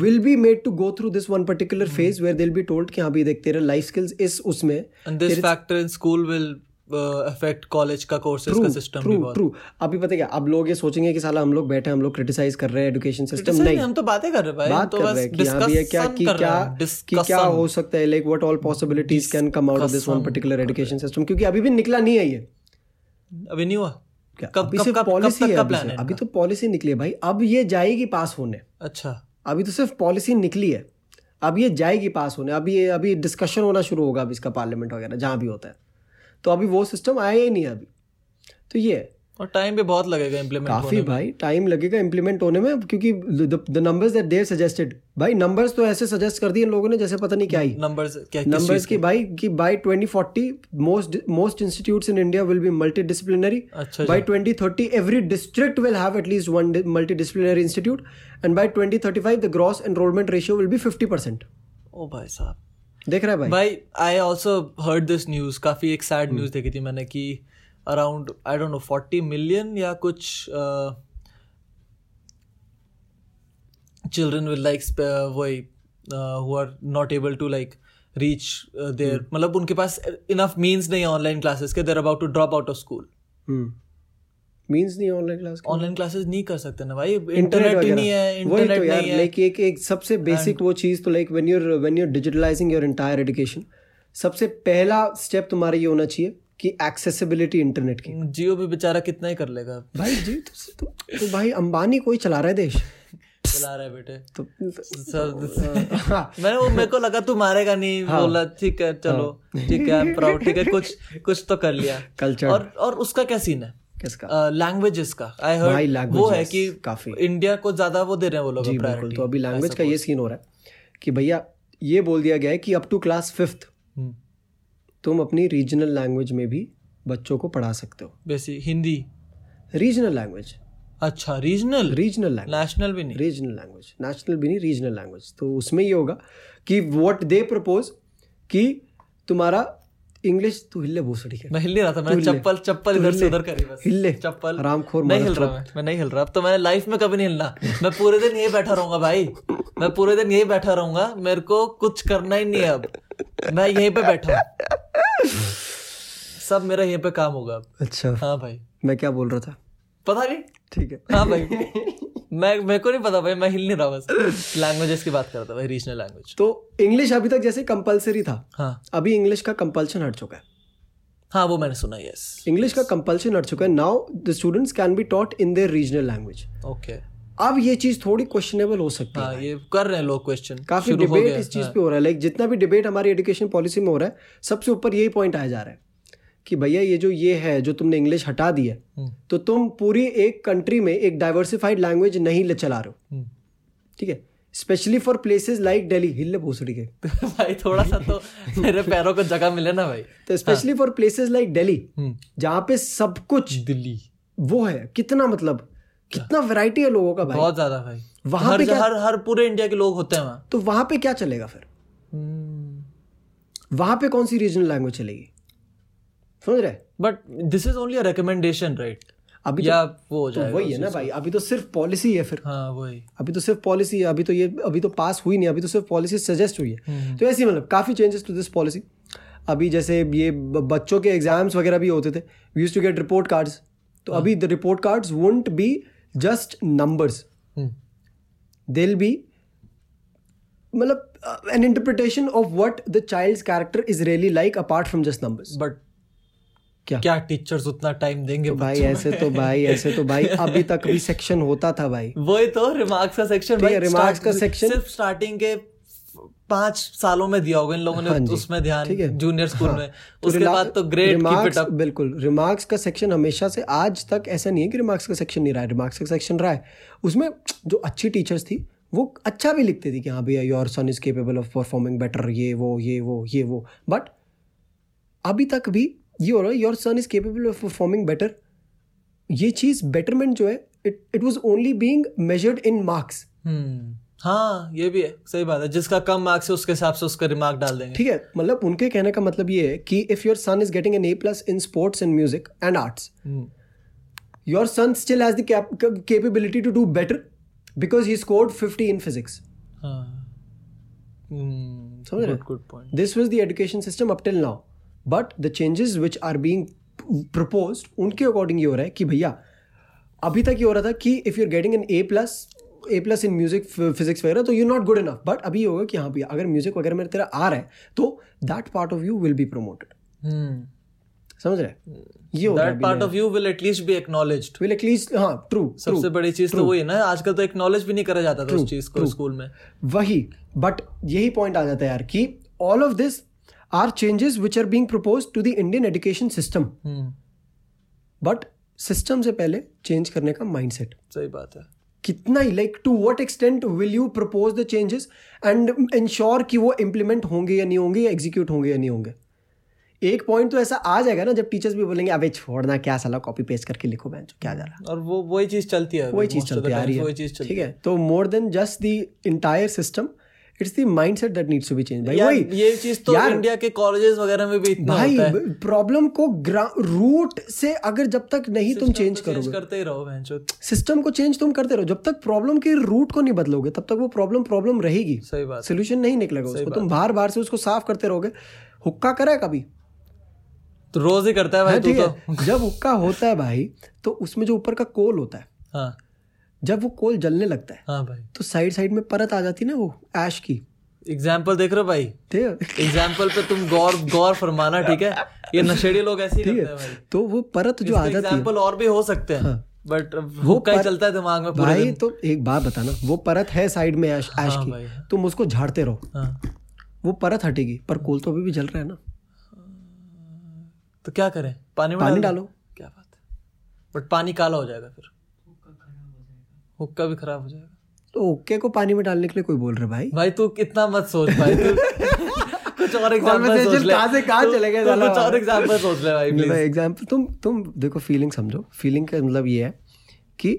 Speaker 2: will be made to go through this one
Speaker 1: Hmm.
Speaker 2: Particular phase where there'll be told कि हाँ भैया देख तेरा लाइफ स्किल्स इस उसमें
Speaker 1: and this factor in school will affect college uh, का कोर्सेज का सिस्टम भी
Speaker 2: ट्रू
Speaker 1: बहुत
Speaker 2: ट्रू अभी पता है क्या अब लोग ये सोचेंगे कि साला हम लोग बैठे हैं, हम लोग क्रिटिसाइज कर रहे हैं एजुकेशन सिस्टम
Speaker 1: Sir,
Speaker 2: नहीं
Speaker 1: हम तो बातें कर रहे हैं भाई हम
Speaker 2: बात
Speaker 1: तो
Speaker 2: कर
Speaker 1: बस
Speaker 2: रहे हैं कि हाँ भैया क्या कि
Speaker 1: discussion
Speaker 2: क्या
Speaker 1: कर रहे हैं,
Speaker 2: कि क्या
Speaker 1: discussion।
Speaker 2: हो सकता है like what all possibilities can come out of this one
Speaker 1: Discussion
Speaker 2: particular education system क्योंकि अभी भी निकला नहीं है ये
Speaker 1: अभी नहीं हुआ
Speaker 2: क्या?
Speaker 1: कब-
Speaker 2: अभी
Speaker 1: कब-
Speaker 2: सिर्फ
Speaker 1: कब- कब
Speaker 2: पॉलिसी
Speaker 1: तक
Speaker 2: है
Speaker 1: का
Speaker 2: अभी
Speaker 1: plan
Speaker 2: से।
Speaker 1: है
Speaker 2: अभी तो पॉलिसी निकली है भाई अब ये जाएगी पास होने
Speaker 1: अच्छा
Speaker 2: अभी तो सिर्फ पॉलिसी निकली है अब ये जाएगी पास होने अभी ये अभी डिस्कशन होना शुरू होगा अब इसका पार्लियामेंट वगैरह जहाँ भी होता है तो अभी वो सिस्टम आया ही नहीं है अभी तो ये है।
Speaker 1: और टाइम भी बहुत लगेगा इम्प्लीमेंट
Speaker 2: काफ़ी भाई टाइम लगेगा इम्प्लीमेंट होने में क्योंकि the numbers that they're suggested भाई नंबर्स तो ऐसे सजेस्ट कर दिए इन लोगों ने जैसे पता नहीं क्या ही
Speaker 1: नंबर्स क्या किस
Speaker 2: नंबर्स
Speaker 1: चीज़
Speaker 2: की भाई कि by 2040 most most institutes in India will be multidisciplinary
Speaker 1: के? अच्छा
Speaker 2: by 2030 every district will have at least one di- multidisciplinary institute and by 2035 the gross enrollment ratio will be 50%
Speaker 1: ओ भाई साहब
Speaker 2: देख रहा है भाई
Speaker 1: भाई I also heard this news काफी एक सैड
Speaker 2: Hmm.
Speaker 1: न्यूज देखी थी मैंने कि around I don't know 40 million या कुछ uh, children with like uh, वही uh, who are not able to like reach there
Speaker 2: Hmm.
Speaker 1: मतलब उनके पास इनफ मीन्स नहीं है ऑनलाइन क्लासेस के they're about to drop out of school
Speaker 2: Hmm. Means नहीं ऑनलाइन क्लास
Speaker 1: ऑनलाइन क्लासेस नहीं कर सकते ना भाई इंटरनेट ही नहीं है
Speaker 2: वही तो
Speaker 1: इंटरनेट
Speaker 2: यार
Speaker 1: नहीं है
Speaker 2: लाइक एक एक सबसे बेसिक वो चीज तो like when you are when you are digitalizing your entire education सबसे पहला स्टेप तुम्हारा ये होना चाहिए कि एक्सेसिबिलिटी इंटरनेट की
Speaker 1: जियो भी बेचारा कितना ही कर लेगा
Speaker 2: भाई जी तो, तो, तो भाई अंबानी कोई चला रहा है देश
Speaker 1: चला रहा है बेटे
Speaker 2: तो [laughs]
Speaker 1: सर
Speaker 2: हाँ,
Speaker 1: [laughs] मैंने वो मेरे को लगा तू मारेगा नहीं बोला ठीक है चलो
Speaker 2: हाँ।
Speaker 1: ठीक है
Speaker 2: [laughs]
Speaker 1: प्राउड ठीक है कुछ कुछ तो कर लिया
Speaker 2: Cultured.
Speaker 1: और और उसका क्या सीन है
Speaker 2: किसका
Speaker 1: लैंग्वेजेस का
Speaker 2: भाई,
Speaker 1: आई हर्ड वो है
Speaker 2: languages,
Speaker 1: कि
Speaker 2: काफी।
Speaker 1: इंडिया को ज्यादा वो दे रहे हैं वो लोग
Speaker 2: जी बिल्कुल तो अभी लैंग्वेज का ये सीन हो रहा है कि भैया ये बोल दिया गया है कि अप टू क्लास फिफ्थ
Speaker 1: हम्म,
Speaker 2: तुम अपनी रीजनल लैंग्वेज में भी बच्चों को पढ़ा सकते हो
Speaker 1: बेसिक हिंदी
Speaker 2: रीजनल लैंग्वेज
Speaker 1: अच्छा रीजनल
Speaker 2: रीजनल लैंग्वेज
Speaker 1: नेशनल भी नहीं
Speaker 2: रीजनल लैंग्वेज नेशनल भी नहीं रीजनल लैंग्वेज तो उसमें ये होगा कि वॉट दे प्रपोज कि तुम्हारा इंग्लिश तू हिल्ले भोसड़ी है
Speaker 1: मैं हिल नहीं रहा था मैंने
Speaker 2: हिल ले।
Speaker 1: चप्पल चप्पल
Speaker 2: तू
Speaker 1: इधर
Speaker 2: हिल
Speaker 1: से
Speaker 2: ले।
Speaker 1: उधर करी बस
Speaker 2: हिल ले।
Speaker 1: चप्पल
Speaker 2: हरामखोर
Speaker 1: नहीं हिल
Speaker 2: मदरचोद।
Speaker 1: रहा मैं मैं नहीं हिल रहा अब तो मैंने लाइफ में कभी नहीं हिलना मैं पूरे दिन यही बैठा रहूंगा भाई मैं पूरे दिन यही बैठा रहूंगा मेरे को कुछ करना ही नहीं है अब मैं यहीं पे बैठा हूं सब मेरा यहीं पे काम होगा अब
Speaker 2: अच्छा
Speaker 1: हाँ भाई
Speaker 2: मैं क्या बोल रहा था
Speaker 1: पता नहीं
Speaker 2: ठीक है
Speaker 1: हाँ भाई मैं मेरे को नहीं पता भाई मैं हिल नहीं रहा बस लैंग्वेजेस की बात करता भाई रीजनल लैंग्वेज
Speaker 2: तो इंग्लिश अभी तक जैसे कंपलसरी था
Speaker 1: हाँ
Speaker 2: अभी इंग्लिश का कंपल्शन हट चुका है
Speaker 1: हाँ वो मैंने सुना यस
Speaker 2: इंग्लिश का कंपल्शन हट चुका है now the students can be taught in their regional language
Speaker 1: okay
Speaker 2: अब ये चीज थोड़ी क्वेश्चनेबल हो सकती है
Speaker 1: हाँ ये कर रहे हैं लोग क्वेश्चन
Speaker 2: काफी
Speaker 1: शुरू हो
Speaker 2: डिबेट
Speaker 1: गया, हाँ।
Speaker 2: इस चीज पे हो रहा है लाइक जितना भी डिबेट हमारी एजुकेशन पॉलिसी में हो रहा है सबसे ऊपर यही पॉइंट आया जा रहा है कि भैया ये जो ये है जो तुमने इंग्लिश हटा दी है
Speaker 1: हम्म,
Speaker 2: तो तुम पूरी एक कंट्री में एक डाइवर्सिफाइड लैंग्वेज नहीं ले चला रहे हो
Speaker 1: हम्म।
Speaker 2: ठीक है specially for places like Delhi हिल भोसड़ी के [laughs]
Speaker 1: भाई थोड़ा सा तो मेरे पैरों को जगह मिले ना भाई
Speaker 2: तो specially for places like Delhi
Speaker 1: हम्म,
Speaker 2: जहाँ पे सब कुछ
Speaker 1: दिल्ली
Speaker 2: वो है कितना मतलब
Speaker 1: हाँ।
Speaker 2: कितना वैरायटी है लोगों का भाई
Speaker 1: बहुत ज्यादा भाई
Speaker 2: वहाँ
Speaker 1: हर,
Speaker 2: पे क्या-
Speaker 1: हर हर पूरे इंडिया के लोग होते हैं वहाँ
Speaker 2: तो वहां पे क्या चलेगा फिर
Speaker 1: हम्म,
Speaker 2: वहां पे कौन सी रीजनल लैंग्वेज चलेगी समझ रहे
Speaker 1: but this is only recommendation right
Speaker 2: अभी तो,
Speaker 1: या वो हो
Speaker 2: तो
Speaker 1: जाएगा
Speaker 2: वही है ना भाई अभी तो सिर्फ पॉलिसी है फिर
Speaker 1: हाँ वही
Speaker 2: अभी तो सिर्फ पॉलिसी है अभी तो ये अभी तो पास हुई नहीं अभी तो सिर्फ पॉलिसी सजेस्ट हुई है
Speaker 1: हम्म।
Speaker 2: तो ऐसी मतलब काफ़ी चेंजेस टू दिस पॉलिसी अभी जैसे ये ब- बच्चों के एग्जाम्स वगैरह भी होते थे we use to get report cards तो
Speaker 1: हाँ।
Speaker 2: अभी the report cards won't be just numbers
Speaker 1: hmm,
Speaker 2: they'll be मतलब uh, an interpretation of what the child's character is really like apart from just numbers
Speaker 1: but
Speaker 2: क्या?
Speaker 1: क्या teachers उतना time देंगे
Speaker 2: भाई
Speaker 1: बच्चों
Speaker 2: ऐसे
Speaker 1: में?
Speaker 2: तो भाई ऐसे तो भाई अभी तक भी सेक्शन होता था भाई
Speaker 1: [laughs] वही तो रिमार्क्स का सेक्शन
Speaker 2: ठीक है, remarks का section-
Speaker 1: सिर्फ स्टार्टिंग के पांच सालों में दिया होगा इन लोगों ने
Speaker 2: हाँ जी,
Speaker 1: उसमें
Speaker 2: ठीक है।
Speaker 1: ध्यान जूनियर स्कूल में
Speaker 2: तो
Speaker 1: उसके
Speaker 2: रिला-
Speaker 1: बाद तो grade keep it
Speaker 2: remarks-
Speaker 1: up
Speaker 2: बिल्कुल रिमार्क्स का सेक्शन हमेशा से आज तक ऐसा नहीं है कि रिमार्क्स का सेक्शन नहीं रहा है रिमार्क्स का सेक्शन रहा है उसमें जो अच्छी टीचर्स थी वो अच्छा भी लिखती थी कि हाँ भैया your son is capable of performing better ये वो ये वो ये वो बट अभी तक भी ये हो रहा है your son is capable of performing better ये चीज़ बेटरमेंट जो है it it was only being measured in marks
Speaker 1: हाँ ये भी है सही बात है जिसका कम मार्क्स है उसके हिसाब से उसका रिमार्क डाल देंगे
Speaker 2: ठीक है मतलब उनके कहने का मतलब ये है कि if your son is getting an A plus in sports and music and arts
Speaker 1: hmm,
Speaker 2: your son still has the cap- cap- capability to do better because he scored 50 in physics समझ रहे?
Speaker 1: हाँ good point
Speaker 2: this was the education system up till now but the changes which are being p- proposed उनके according ये हो रहा है कि भैया अभी तक ये हो रहा था कि if you are getting an A plus A plus in music physics वगैरह तो you not good enough but अभी ये होगा कि हाँ भैया अगर म्यूजिक वगैरह में तेरा आ रहा है तो that part of you will be promoted
Speaker 1: hmm.
Speaker 2: समझ रहे ये हो रहा है
Speaker 1: that part of you will at least be acknowledged
Speaker 2: will at least हाँ ट्रू
Speaker 1: सबसे बड़ी चीज तो वही है ना आजकल तो एक्नॉलेज भी नहीं करा जाता था उस चीज को स्कूल में
Speaker 2: वही बट यही पॉइंट आ जाता है यार कि all of this are changes which are being propose to the Indian education system
Speaker 1: hmm,
Speaker 2: but system से पहले चेंज करने का माइंडसेट
Speaker 1: सही बात है
Speaker 2: कितना ही like to what extent will you propose the changes and ensure कि वो इम्प्लीमेंट होंगे या नहीं होंगे या एग्जीक्यूट होंगे या नहीं होंगे एक पॉइंट तो ऐसा आ जाएगा ना जब टीचर्स भी बोलेंगे अबे छोड़ना क्या साला कॉपी पेस्ट करके लिखो मैं क्या जा रहा है?"
Speaker 1: और वो वही चीज चलती है
Speaker 2: वही
Speaker 1: most
Speaker 2: चीज
Speaker 1: of the
Speaker 2: चलती आ
Speaker 1: times,
Speaker 2: रही
Speaker 1: वही
Speaker 2: है
Speaker 1: चीज चलती
Speaker 2: ठीक है तो more than just the entire system it's the mindset that needs to be change भाई
Speaker 1: यार,
Speaker 2: वही
Speaker 1: ये चीज तो
Speaker 2: यार,
Speaker 1: इंडिया के कॉलेजेस वगैरह में भी इतना
Speaker 2: भाई
Speaker 1: होता है
Speaker 2: प्रॉब्लम को रूट से अगर जब तक नहीं तुम चेंज
Speaker 1: तो change
Speaker 2: करोगे
Speaker 1: करते ही रहो बहनचोद
Speaker 2: सिस्टम को चेंज तुम करते रहो जब तक प्रॉब्लम के रूट को नहीं बदलोगे तब तक वो प्रॉब्लम प्रॉब्लम रहेगी
Speaker 1: सही बात है।
Speaker 2: सोल्यूशन नहीं निकलेगा उसको तुम बार बार से उसको साफ करते रहोगे हुक्का करा है कभी
Speaker 1: तो रोज ही करता है
Speaker 2: हाँ,
Speaker 1: भाई तू
Speaker 2: ठीक
Speaker 1: हाँ, तो
Speaker 2: है जब हुक्का होता है भाई तो उसमें जो ऊपर का कोल होता है
Speaker 1: हाँ
Speaker 2: जब वो कोल जलने लगता है
Speaker 1: हाँ भाई
Speaker 2: तो साइड साइड में परत आ जाती है ना वो ऐश की
Speaker 1: एग्जाम्पल देख रहे हो भाई
Speaker 2: ठीक है
Speaker 1: एग्जाम्पल पे तुम गौर गौर फरमाना ठीक है ये नशेड़ी लोग ऐसे ही
Speaker 2: ठीक
Speaker 1: करते हैं
Speaker 2: है
Speaker 1: भाई
Speaker 2: तो वो परत जो आ जाती है
Speaker 1: एग्जाम्पल और भी हो सकते हैं बट वो कहीं चलता है दिमाग में पूरे
Speaker 2: भाई
Speaker 1: दिन
Speaker 2: तो एक बात बताना वो परत है साइड में ऐश ऐश
Speaker 1: हाँ
Speaker 2: की
Speaker 1: भाई।
Speaker 2: तुम उसको झाड़ते रहो
Speaker 1: हाँ
Speaker 2: वो परत हटेगी पर कोल तो अभी भी जल रहा है ना
Speaker 1: तो क्या करें पानी में
Speaker 2: पानी
Speaker 1: डाल
Speaker 2: डालो
Speaker 1: क्या बात है बट पानी काला हो जाएगा फिर हुक्का भी खराब हो जाएगा
Speaker 2: तो ओके को पानी में डालने के लिए कोई बोल रहा है भाई
Speaker 1: भाई तू इतना मत सोच भाई तू [laughs] कुछ और एग्जाम्पल
Speaker 2: Conversation
Speaker 1: सोच ले
Speaker 2: कहाँ से कहाँ
Speaker 1: तू-
Speaker 2: चले गए
Speaker 1: तू
Speaker 2: साला
Speaker 1: कुछ और
Speaker 2: भाई।
Speaker 1: एग्जाम्पल सोच ले भाई प्लीज
Speaker 2: एग्जाम्पल मतलब तुम तुम देखो फीलिंग समझो फीलिंग का मतलब ये है कि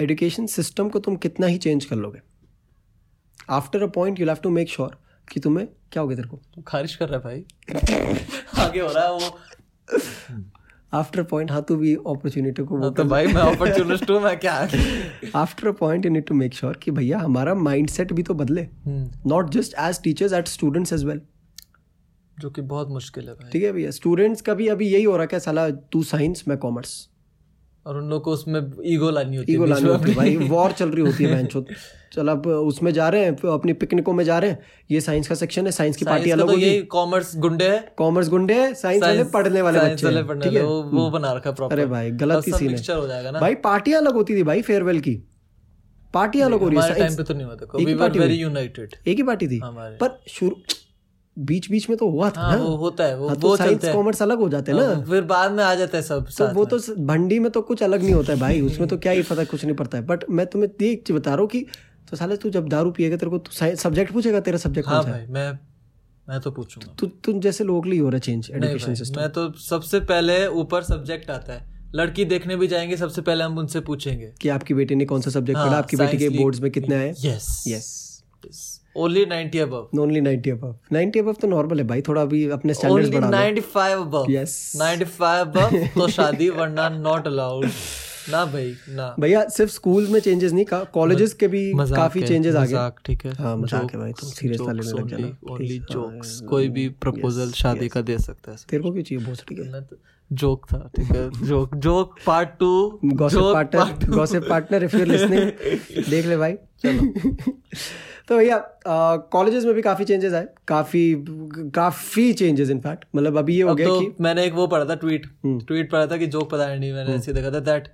Speaker 2: एजुकेशन सिस्टम को तुम कितना ही चेंज कर लोगे after a point you have to make sure कि तुम्हें क्या हो गया तेरे को
Speaker 1: तू खारिश कर रहा है भाई [laughs] आगे हो रहा है वो
Speaker 2: आफ्टर अ पॉइंट हाँ तू भी अपॉर्चुनिटी को वो
Speaker 1: हाँ, तो भाई मैं अपॉर्चुनिस्ट हूँ मैं क्या
Speaker 2: [laughs] after a point you need to make sure कि भैया हमारा माइंडसेट भी तो बदले
Speaker 1: हम्म,
Speaker 2: not just as teachers at students as well
Speaker 1: जो कि बहुत मुश्किल है भाई
Speaker 2: ठीक है भैया स्टूडेंट्स का भी अभी यही हो रहा है क्या साला तू साइंस मैं कॉमर्स
Speaker 1: और उन लोग को उसमें ईगो लानी होती है
Speaker 2: ईगो
Speaker 1: बीच
Speaker 2: लानी
Speaker 1: में
Speaker 2: होती है भाई वॉर चल रही होती है बहनचोद चल अब उसमें जा रहे हैं अपनी पिकनिकों में जा रहे हैं ये साइंस का सेक्शन है साइंस की
Speaker 1: Science
Speaker 2: पार्टी
Speaker 1: का
Speaker 2: अलग
Speaker 1: तो
Speaker 2: होगी
Speaker 1: यही कॉमर्स गुंडे है
Speaker 2: कॉमर्स गुंडे साइंस वाले
Speaker 1: Science-
Speaker 2: पढ़ने वाले
Speaker 1: science
Speaker 2: बच्चे
Speaker 1: वाले
Speaker 2: हैं,
Speaker 1: पढ़ने
Speaker 2: ठीक
Speaker 1: वाले
Speaker 2: है हम्म।
Speaker 1: वो वो बना रखा प्रॉपर
Speaker 2: अरे भाई गलत ही सीन
Speaker 1: मिक्सचर हो जाएगा
Speaker 2: है
Speaker 1: ना
Speaker 2: भाई पार्टियां अलग होती थी भाई फेयरवेल की पार्टियां अलग हो रही है
Speaker 1: हमारे टाइम
Speaker 2: साइंस
Speaker 1: पे तो नहीं हुआ था
Speaker 2: एक ही
Speaker 1: वी वर
Speaker 2: party
Speaker 1: वेरी
Speaker 2: हुई।
Speaker 1: यूनाइटेड
Speaker 2: एक ही पार्टी थी
Speaker 1: हमारे
Speaker 2: पर शुरू बीच बीच में तो हुआ था
Speaker 1: हाँ,
Speaker 2: ना
Speaker 1: वो होता है, वो-
Speaker 2: हाँ, तो
Speaker 1: वो चलता
Speaker 2: साइंस
Speaker 1: है।
Speaker 2: कॉमर्स अलग हो जाते हैं ना
Speaker 1: अब फिर बाद में आ जाता है सब
Speaker 2: तो
Speaker 1: हाँ, साथ
Speaker 2: वो तो स- भंडी में तो कुछ अलग नहीं होता है भाई उसमें तो क्या ही पता कुछ नहीं पड़ता है बट मैं तुम्हें ये एक चीज बता रहा हूँ कि तो साले तू जब दारू पिएगा तेरे को सब्जेक्ट पूछेगा तेरा सब्जेक्ट
Speaker 1: में। हाँ
Speaker 2: कौन सा है
Speaker 1: भाई मैं मैं तो पूछूंगा
Speaker 2: तू तुम जैसे लोगों के लिए हो रहा है चेंज
Speaker 1: नहीं
Speaker 2: एजुकेशन
Speaker 1: भाई,
Speaker 2: सिस्टम
Speaker 1: मैं तो सबसे पहले ऊपर सब्जेक्ट आता है लड़की देखने भी जाएंगे सबसे पहले हम उनसे पूछेंगे
Speaker 2: कि आपकी बेटी ने कौन सा सब्जेक्ट
Speaker 1: हाँ,
Speaker 2: पढ़ा आपकी बेटी के बोर्ड्स में कितने आए
Speaker 1: yes
Speaker 2: yes
Speaker 1: only 90 above
Speaker 2: only 90 above 90 above तो नॉर्मल है भाई थोड़ा अभी अपने स्टैंडर्ड्स
Speaker 1: ओनली
Speaker 2: बढ़ा लो
Speaker 1: 95 अबव
Speaker 2: Yes. [laughs]
Speaker 1: 95 अबव तो शादी वरना नॉट अलाउड ना भाई ना
Speaker 2: भैया सिर्फ स्कूल में चेंजेस नहीं का कॉलेजेस के भी
Speaker 1: मजाक
Speaker 2: काफी
Speaker 1: है,
Speaker 2: चेंजेस आ गए
Speaker 1: मजाक, ठीक है
Speaker 2: हाँ, मजाक है भाई, तुम serious ना लेने लग जाना,
Speaker 1: ओनली
Speaker 2: please, हाँ,
Speaker 1: जोक्स कोई भी प्रपोजल शादी का दे सकता है
Speaker 2: तेरे को क्यों चाहिए भोसड़ी का
Speaker 1: जोक था ठीक है joke joke part two
Speaker 2: gossip partner
Speaker 1: [laughs]
Speaker 2: gossip partner if you listening देख ले भाई तो भैया कॉलेजेस में भी काफ़ी चेंजेस आए काफ़ी काफ़ी चेंजेस इनफैक्ट मतलब अभी ये हो
Speaker 1: अब
Speaker 2: गया
Speaker 1: तो
Speaker 2: कि हम्म।
Speaker 1: मैंने एक वो पढ़ा था ट्वीट ट्वीट पढ़ा था कि जोक पता नहीं मैंने ऐसे देखा था that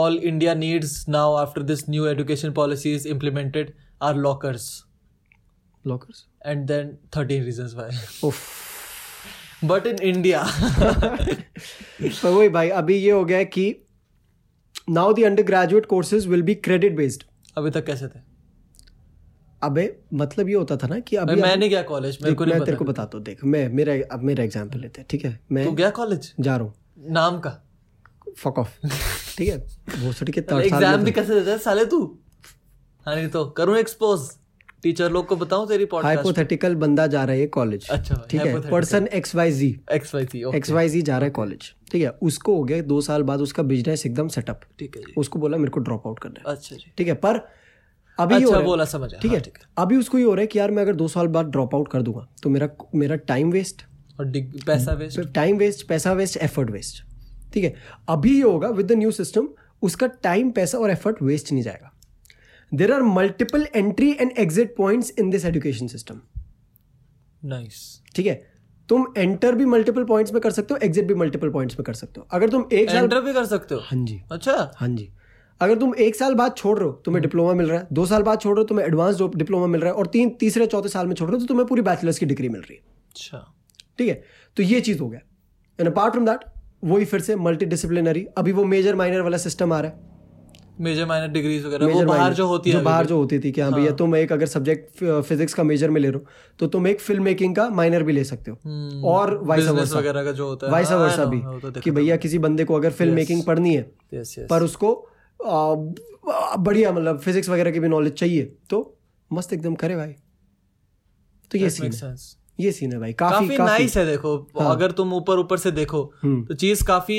Speaker 1: all India needs now after this new education policy is implemented are lockers
Speaker 2: lockers
Speaker 1: and then thirteen reason [laughs] why
Speaker 2: उफ
Speaker 1: बट इन इंडिया
Speaker 2: पर वही भाई अभी ये हो गया है कि now the undergraduate courses will be credit based
Speaker 1: [laughs] अभी तक कैसे थे
Speaker 2: अबे मतलब ये होता था ना कि
Speaker 1: मैं
Speaker 2: अभी
Speaker 1: मैंने क्या कॉलेज मेरे
Speaker 2: देख,
Speaker 1: को
Speaker 2: मैं
Speaker 1: नहीं
Speaker 2: तेरे को
Speaker 1: पता
Speaker 2: बताता हूँ देख मैं मेरा अब मेरा एग्जाम्पल लेते हैं ठीक है मैं
Speaker 1: तू गया कॉलेज
Speaker 2: जा रहा हूँ
Speaker 1: नाम का
Speaker 2: फक ऑफ ठीक है भोसड़ी के third साल में तो-
Speaker 1: एग्जाम भी कैसे देता है साले तू हाँ नहीं तो करूँ एक्सपोज टीचर लोग को बताऊं तेरी पॉडकास्ट
Speaker 2: हाइपोथेटिकल बंदा जा रहा है कॉलेज
Speaker 1: अच्छा भाई,
Speaker 2: ठीक है
Speaker 1: hypothetical।
Speaker 2: Person X Y Z
Speaker 1: X Y C
Speaker 2: X Y Z जा रहा है कॉलेज ठीक है उसको हो गया दो साल बाद उसका बिजनेस एकदम सेटअप
Speaker 1: ठीक है जी
Speaker 2: उसको बोला मेरे को ड्रॉप आउट करना है
Speaker 1: अच्छा जी
Speaker 2: ठीक है पर अभी ये हो
Speaker 1: अच्छा
Speaker 2: रहा है-
Speaker 1: बोला समझ
Speaker 2: ठीक है
Speaker 1: ठीक है
Speaker 2: अभी उसको ये हो रहा है कि यार मैं अगर दो साल बाद ड्रॉप आउट कर दूंगा तो मेरा मेरा टाइम वेस्ट
Speaker 1: और डिग- पैसा वेस्ट
Speaker 2: टाइम वेस्ट पैसा वेस्ट एफर्ट वेस्ट ठीक है अभी ये होगा विद द न्यू सिस्टम उसका टाइम पैसा और एफर्ट वेस्ट नहीं जाएगा there are multiple entry and exit points in this education system
Speaker 1: nice
Speaker 2: ठीक है तुम एंटर भी मल्टीपल पॉइंट्स में कर सकते हो एग्जिट भी मल्टीपल पॉइंट्स में कर सकते हो अगर तुम एक साल
Speaker 1: एंटर भी कर सकते हो
Speaker 2: हाँ जी
Speaker 1: अच्छा
Speaker 2: हाँ जी अगर तुम एक साल बाद छोड़ रहे हो तुम्हें
Speaker 1: हम्म।
Speaker 2: डिप्लोमा मिल रहा है दो साल बाद छोड़ रहे हो तुम्हें एडवांस डिप्लोमा मिल रहा है और तीन तीसरे चौथे साल में छोड़ रहे हो तो तुम्हें पूरी बैचलर्स की डिग्री मिल रही है
Speaker 1: अच्छा
Speaker 2: ठीक है तो ये चीज़ हो गया एंड अपार्ट फ्रॉम दैट वही फिर से मल्टी डिसिप्लिनरी अभी वो मेजर माइनर वाला सिस्टम आ रहा है
Speaker 1: मेजर माइनर डिग्रीज वगैरह मतलब वो
Speaker 2: Major
Speaker 1: बाहर
Speaker 2: minor,
Speaker 1: जो होती है
Speaker 2: जो बाहर जो होती थी कि हाँ भैया तुम एक अगर सब्जेक्ट फिजिक्स का मेजर में ले रहे हो तो तुम एक फिल्म मेकिंग का माइनर भी ले सकते हो और वाइस
Speaker 1: बिजनेस
Speaker 2: वर्सा
Speaker 1: हम्म। वगैरह का जो होता है
Speaker 2: वाइस
Speaker 1: हाँ, I
Speaker 2: वर्सा
Speaker 1: know,
Speaker 2: भी
Speaker 1: वो तो देखा
Speaker 2: कि भैया किसी बंदे को अगर फिल्म मेकिंग पढ़नी है
Speaker 1: यस यस
Speaker 2: पर उसको आ, बढ़िया मतलब फिजिक्स वगैरह की भी नॉलेज चाहिए तो मस्त एकदम करे भाई तो ये सीन
Speaker 1: मेक्स
Speaker 2: है
Speaker 1: सेंस
Speaker 2: ये सीन है भाई काफी
Speaker 1: काफी
Speaker 2: काफी हाँ।
Speaker 1: नाइस है देखो अगर तुम ऊपर ऊपर से देखो
Speaker 2: हम्म।
Speaker 1: तो चीज काफी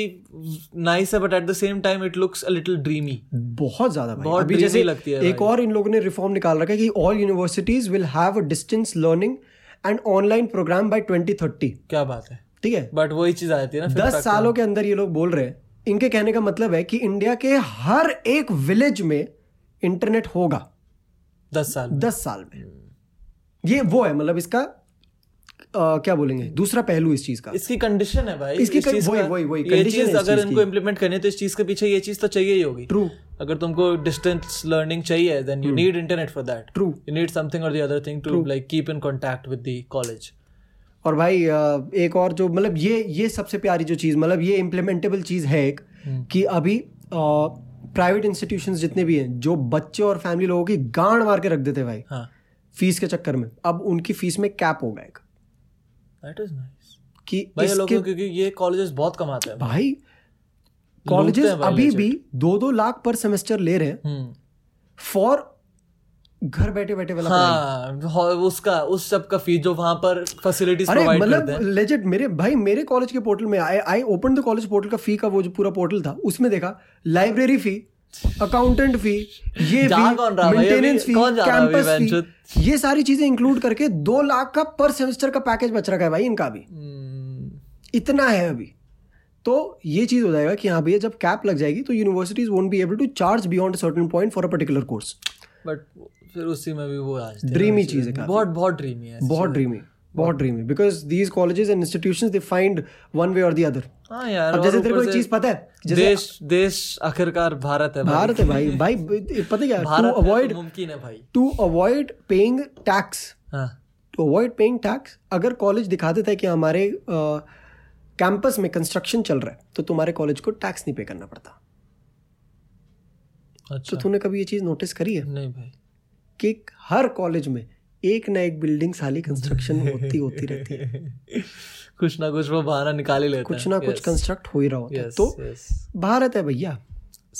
Speaker 1: नाइस है but at the same time it looks a little dreamy
Speaker 2: बहुत ज्यादा भाई
Speaker 1: बहुत
Speaker 2: अभी
Speaker 1: dreamy
Speaker 2: जैसे
Speaker 1: लगती है
Speaker 2: एक और इन लोगों ने रिफॉर्म निकाल रखा है कि all universities will have a distance learning and online program by 2030
Speaker 1: क्या बात है
Speaker 2: ठीक है
Speaker 1: बट वही चीज आ जाती है ना फिर
Speaker 2: दस
Speaker 1: तक।
Speaker 2: सालों के अंदर ये लोग बोल रहे हैं इनके कहने का मतलब है कि इंडिया के हर एक विलेज में इंटरनेट होगा
Speaker 1: दस साल में।
Speaker 2: दस साल में ये वो है मतलब इसका अ, क्या बोलेंगे दूसरा पहलू इस चीज का
Speaker 1: इसकी कंडीशन है भाई
Speaker 2: इसकी
Speaker 1: इस
Speaker 2: कं-
Speaker 1: चीज
Speaker 2: वही-
Speaker 1: का-
Speaker 2: वही- वही,
Speaker 1: ये
Speaker 2: condition
Speaker 1: चीज
Speaker 2: है इस
Speaker 1: अगर
Speaker 2: चीज
Speaker 1: इनको
Speaker 2: की।
Speaker 1: इम्प्लीमेंट करनी है तो इस चीज के पीछे ये चीज तो चाहिए ही होगी
Speaker 2: ट्रू
Speaker 1: अगर तुमको डिस्टेंस लर्निंग चाहिए then
Speaker 2: hmm.
Speaker 1: You need internet for that
Speaker 2: true
Speaker 1: you need something or the other thing to like keep in contact with the college
Speaker 2: और भाई अ, एक और जो मतलब ये ये सबसे प्यारी जो चीज़ मतलब ये इम्प्लीमेंटेबल चीज़ है एक कि अभी प्राइवेट इंस्टीट्यूशंस जितने भी हैं जो बच्चे और फैमिली लोगों की गांड मार के रख देते हैं भाई
Speaker 1: हाँ
Speaker 2: फीस के चक्कर में अब उनकी फीस में कैप होगा एक
Speaker 1: that is nice
Speaker 2: कि
Speaker 1: भाई ये
Speaker 2: इसके
Speaker 1: लोगों क्योंकि ये colleges बहुत कमाते हैं
Speaker 2: भाई
Speaker 1: हैं
Speaker 2: कॉलेजेस
Speaker 1: भाई
Speaker 2: अभी
Speaker 1: legit।
Speaker 2: भी दो दो लाख पर सेमेस्टर ले रहे हैं
Speaker 1: हम्म
Speaker 2: फॉर घर बैठे बैठे वाला पढ़ाई।
Speaker 1: हाँ हो- उसका उस सब का फी जो वहाँ पर फैसिलिटीज
Speaker 2: अरे
Speaker 1: प्रोवाइड करते
Speaker 2: मतलब
Speaker 1: हैं
Speaker 2: लेजेट मेरे भाई मेरे कॉलेज के पोर्टल में I I open the college portal का फी का वो जो पूरा पोर्टल था उसमें देखा लाइब्रेरी फी अकाउंटेंट फी
Speaker 1: [laughs]
Speaker 2: ये
Speaker 1: जा कौन रहा
Speaker 2: फी
Speaker 1: भाई? अभी
Speaker 2: मेंटेनेंस फी
Speaker 1: कौन जा रहा अभी
Speaker 2: कैंपस
Speaker 1: वेंचुर?
Speaker 2: फी ये सारी चीजें इंक्लूड करके दो लाख का पर सेमेस्टर का पैकेज बच रखा है भाई इनका भी
Speaker 1: हम्म,
Speaker 2: इतना है अभी तो ये चीज हो जाएगा कि हाँ भैया जब कैप लग जाएगी तो universities won't be able to charge beyond certain point for a particular course
Speaker 1: but फिर उसी में भी वो आज
Speaker 2: Dreamy चीज़ है काफी।
Speaker 1: बहुत बहुत ड्रीमी है
Speaker 2: बहुत ड्रीमी बहुत dreamy because these colleges and institution they find one way or the other
Speaker 1: हाँ यार
Speaker 2: अब
Speaker 1: और
Speaker 2: जैसे तेरे को
Speaker 1: ऊपर
Speaker 2: एक
Speaker 1: से
Speaker 2: चीज पता है जैसे
Speaker 1: देश देश आखिरकार भारत है भाई।
Speaker 2: भारत है भाई भाई ब- पता है क्या
Speaker 1: भारत
Speaker 2: टू
Speaker 1: है तो
Speaker 2: अवॉइड
Speaker 1: मुमकिन है भाई
Speaker 2: टू अवॉइड पेइंग टैक्स
Speaker 1: हाँ
Speaker 2: टू अवॉइड पेइंग टैक्स अगर कॉलेज दिखा देता है कि हमारे कैंपस में कंस्ट्रक्शन चल रहा है तो तुम्हारे कॉलेज को टैक्स नहीं पे करना पड़ता तो
Speaker 1: अच्छा
Speaker 2: तूने कभी ये चीज़ नोटिस करी है
Speaker 1: नहीं भाई
Speaker 2: कि हर कॉलेज में एक ना एक बिल्डिंग साली कंस्ट्रक्शन होती होती रहती है
Speaker 1: [laughs] कुछ ना कुछ वो बहाना निकाल ही लेते [laughs]
Speaker 2: कुछ ना कुछ कंस्ट्रक्ट हो ही रहा होता है
Speaker 1: yes,
Speaker 2: तो
Speaker 1: yes.
Speaker 2: भारत है भैया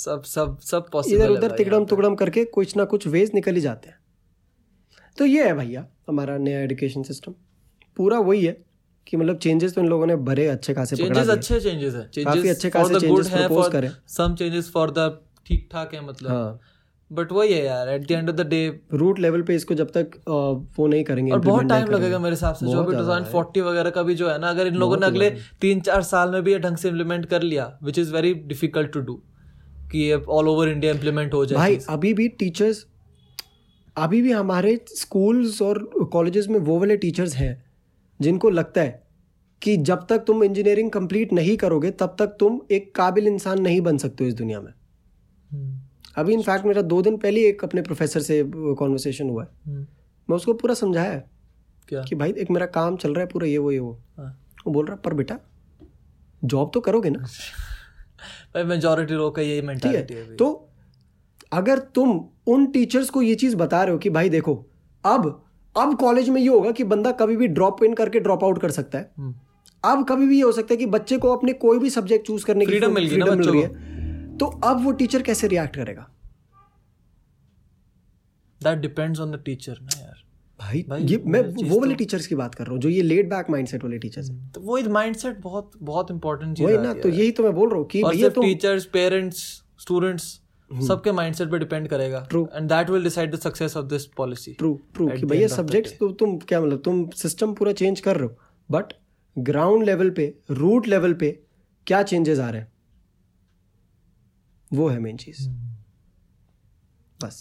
Speaker 1: सब सब सब पॉसिबल
Speaker 2: इधर उधर तिकड़म
Speaker 1: हाँ।
Speaker 2: तुकड़म करके कुछ ना कुछ वेज निकल ही जाते हैं तो ये है भैया हमारा नया एजुकेशन सिस्टम पूरा वही है कि मतलब चेंजेस तो इन लोगों ने भरे अच्छे खासे पकड़ा
Speaker 1: चेंजेस
Speaker 2: दिए।
Speaker 1: अच्छे चेंजेस हैं चेंजेस
Speaker 2: काफी अच्छे खासे changes propose करें।
Speaker 1: सम चेंजेस फॉर द ठीक ठाक है मतलब
Speaker 2: हाँ
Speaker 1: बट वही है यार at the end of the day
Speaker 2: root level पे इसको जब तक अ, वो नहीं करेंगे
Speaker 1: और बहुत
Speaker 2: implement नहीं
Speaker 1: टाइम लगेगा मेरे हिसाब से जो
Speaker 2: बहुत
Speaker 1: भी टू
Speaker 2: ज्यादा है।
Speaker 1: वगैरह का भी जो है ना अगर इन लोगों ने अगले तीन चार साल में भी ये ढंग से इम्प्लीमेंट कर लिया which is very difficult to do कि ये ऑल ओवर इंडिया इम्प्लीमेंट हो जाए
Speaker 2: भाई अभी भी टीचर्स अभी भी हमारे स्कूल्स और कॉलेजेस में वो वाले टीचर्स हैं जिनको लगता है कि जब तक तुम इंजीनियरिंग कंप्लीट नहीं करोगे तब तक तुम एक काबिल इंसान नहीं बन सकते हो इस दुनिया में
Speaker 1: हम्म,
Speaker 2: अभी इनफैक्ट मेरा दो दिन पहले ही एक अपने प्रोफेसर से कॉन्वर्सेशन हुआ है
Speaker 1: हम्म,
Speaker 2: मैं उसको पूरा समझाया है
Speaker 1: क्या
Speaker 2: कि भाई एक मेरा काम चल रहा है पूरा ये वो ये वो
Speaker 1: हाँ।
Speaker 2: वो बोल रहा है, पर बेटा जॉब तो करोगे ना
Speaker 1: भाई मेजोरिटी लोग का यही
Speaker 2: ठीक
Speaker 1: मेंटालिटी है
Speaker 2: है
Speaker 1: तो
Speaker 2: तो अगर तुम उन टीचर्स को ये चीज बता रहे हो कि भाई देखो अब अब कॉलेज में ये होगा कि बंदा कभी भी ड्रॉप इन करके ड्रॉप आउट कर सकता है
Speaker 1: हम्म।
Speaker 2: अब कभी भी ये हो सकता है कि बच्चे को अपने कोई भी सब्जेक्ट चूज करने की
Speaker 1: Freedom मिल गई ना
Speaker 2: freedom
Speaker 1: बच्चों
Speaker 2: रही है तो अब वो टीचर कैसे रिएक्ट करेगा
Speaker 1: that depends on the teacher ना यार
Speaker 2: भाई,
Speaker 1: भाई,
Speaker 2: ये मैं
Speaker 1: ये चीज़
Speaker 2: वो वाले टीचर्स की बात कर रहा हूँ जो ये लेट बैक माइंडसेट वाले टीचर्स हैं
Speaker 1: तो वो माइंडसेट बहुत बहुत इंपॉर्टेंट चीज
Speaker 2: वही
Speaker 1: है
Speaker 2: ना
Speaker 1: यार।
Speaker 2: तो यही तो मैं बोल रहा हूँ कि
Speaker 1: और
Speaker 2: भैया
Speaker 1: सिर्फ
Speaker 2: तुम
Speaker 1: टीचर्स पेरेंट्स स्टूडेंट्स सबके माइंडसेट पे डिपेंड करेगा
Speaker 2: True.
Speaker 1: And that will decide the success of this policy
Speaker 2: true true
Speaker 1: at
Speaker 2: कि
Speaker 1: the
Speaker 2: भैया
Speaker 1: end of the
Speaker 2: सब्जेक्ट्स तो तुम क्या मतलब तुम सिस्टम पूरा चेंज कर रहे हो बट ग्राउंड लेवल पे रूट लेवल पे क्या चेंजेस आ रहे हैं वो है मेन चीज बस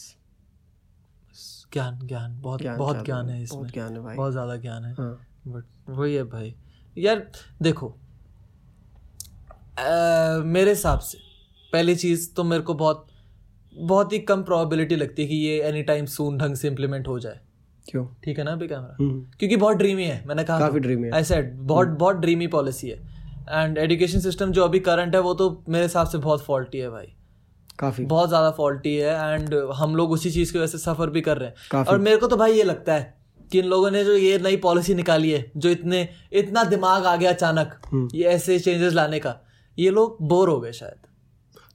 Speaker 1: ज्ञान ज्ञन बहुत बहुत
Speaker 2: ज्यादा
Speaker 1: ज्ञान है इसमें
Speaker 2: बहुत ज्ञान है भाई
Speaker 1: बहुत ज्यादा ज्ञान है
Speaker 2: हाँ
Speaker 1: बट वही है भाई यार देखो अ, मेरे हिसाब से पहली चीज़ तो मेरे को बहुत बहुत ही कम प्रोबेबिलिटी लगती है कि ये एनी टाइम सून ढंग से इम्प्लीमेंट हो जाए
Speaker 2: क्यों
Speaker 1: ठीक है ना अभी कैमरा
Speaker 2: हम्म,
Speaker 1: क्योंकि बहुत ड्रीमी है मैंने कहा
Speaker 2: काफी ड्रीम है हम्म।
Speaker 1: आई सेड बहुत बहुत ड्रीमी पॉलिसी है एंड एजुकेशन सिस्टम जो अभी करंट है वो तो मेरे हिसाब से बहुत फॉल्टी है भाई अच्छा।
Speaker 2: काफी
Speaker 1: बहुत ज़्यादा फॉल्टी है एंड हम लोग उसी चीज़ की वजह से सफ़र भी कर रहे हैं
Speaker 2: काफी।
Speaker 1: और मेरे को तो भाई ये लगता है कि इन लोगों ने जो ये नई पॉलिसी निकाली है जो इतने इतना दिमाग आ गया
Speaker 2: हम्म।
Speaker 1: अचानक ये ऐसे चेंजेस लाने का ये लोग बोर हो गए शायद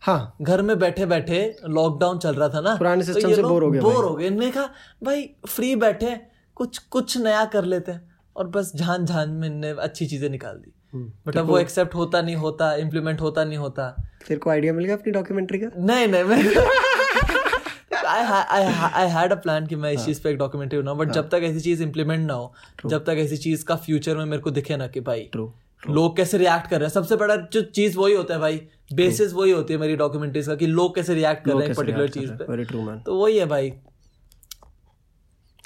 Speaker 2: हाँ
Speaker 1: घर में बैठे बैठे लॉकडाउन चल रहा था ना तो
Speaker 2: पुराने system से bore हो गए
Speaker 1: बोर हो गए इनने कहा भाई फ्री बैठे हैं, कुछ कुछ नया कर लेते हैं और बस झान झान में इनने अच्छी चीजें निकाल दी
Speaker 2: हम्म,
Speaker 1: बट अब मतलब वो एक्सेप्ट होता नहीं होता इम्प्लीमेंट होता नहीं होता
Speaker 2: तेरे को आइडिया मिल गया अपनी डॉक्यूमेंट्री का
Speaker 1: नहीं नहीं मैं आई हैड अ प्लान कि मैं इस चीज़ पे एक डॉक्यूमेंट्री बनाऊं बट जब तक ऐसी चीज़ इंप्लीमेंट ना हो जब तक ऐसी चीज़ का फ्यूचर में मेरे को दिखे ना कि भाई
Speaker 2: ट्रू
Speaker 1: लोग कैसे रिएक्ट कर रहे हैं सबसे बड़ा जो चीज़ वही होता है भाई बेसिस वही होती है मेरी डॉक्यूमेंट्रीज का कि लोग कैसे रिएक्ट कर रहे हैं पर्टिकुलर चीज़ पे
Speaker 2: वेरी ट्रू मैन
Speaker 1: तो वही है भाई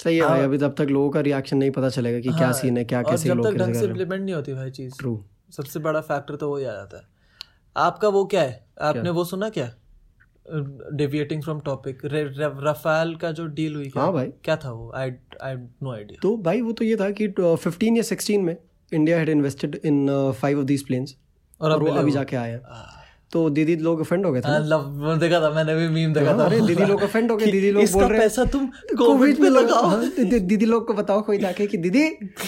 Speaker 2: सही है भाई अभी तब तक लोगों का रिएक्शन नहीं पता चलेगा कि क्या सीन है क्या
Speaker 1: हाँ। और
Speaker 2: कैसे
Speaker 1: जब
Speaker 2: लोग
Speaker 1: तक
Speaker 2: कैसे
Speaker 1: ढंग
Speaker 2: कर
Speaker 1: से
Speaker 2: रहे
Speaker 1: इम्प्लीमेंट नहीं होती भाई चीज़
Speaker 2: हैं ट्रू
Speaker 1: सबसे बड़ा फैक्टर तो वही आ जाता है आपका वो क्या है आपने वो सुना क्या डेविएटिंग फ्रॉम टॉपिक रफाल का जो डील हुई क्या
Speaker 2: हाँ भाई
Speaker 1: क्या था वो आई आई नो आइडिया
Speaker 2: तो भाई वो तो ये था कि फिफ्टीन या सिक्सटीन में India had invested in five of these planes
Speaker 1: और
Speaker 2: और
Speaker 1: अब
Speaker 2: वो अभी जाके आए हैं तो दीदी लोग ऑफेंड हो गए थे ना।
Speaker 1: लव देखा था मैंने भी मीम देखा था
Speaker 2: हाँ? अरे दीदी लोग ऑफेंड हो गए दीदी लोग बोल
Speaker 1: इसका
Speaker 2: रहे हैं
Speaker 1: पैसा तुम
Speaker 2: कोविड में लगाओ
Speaker 1: लगाओ
Speaker 2: हाँ, दी- दी- दीदी लोग को बताओ कोई जाके कि दीदी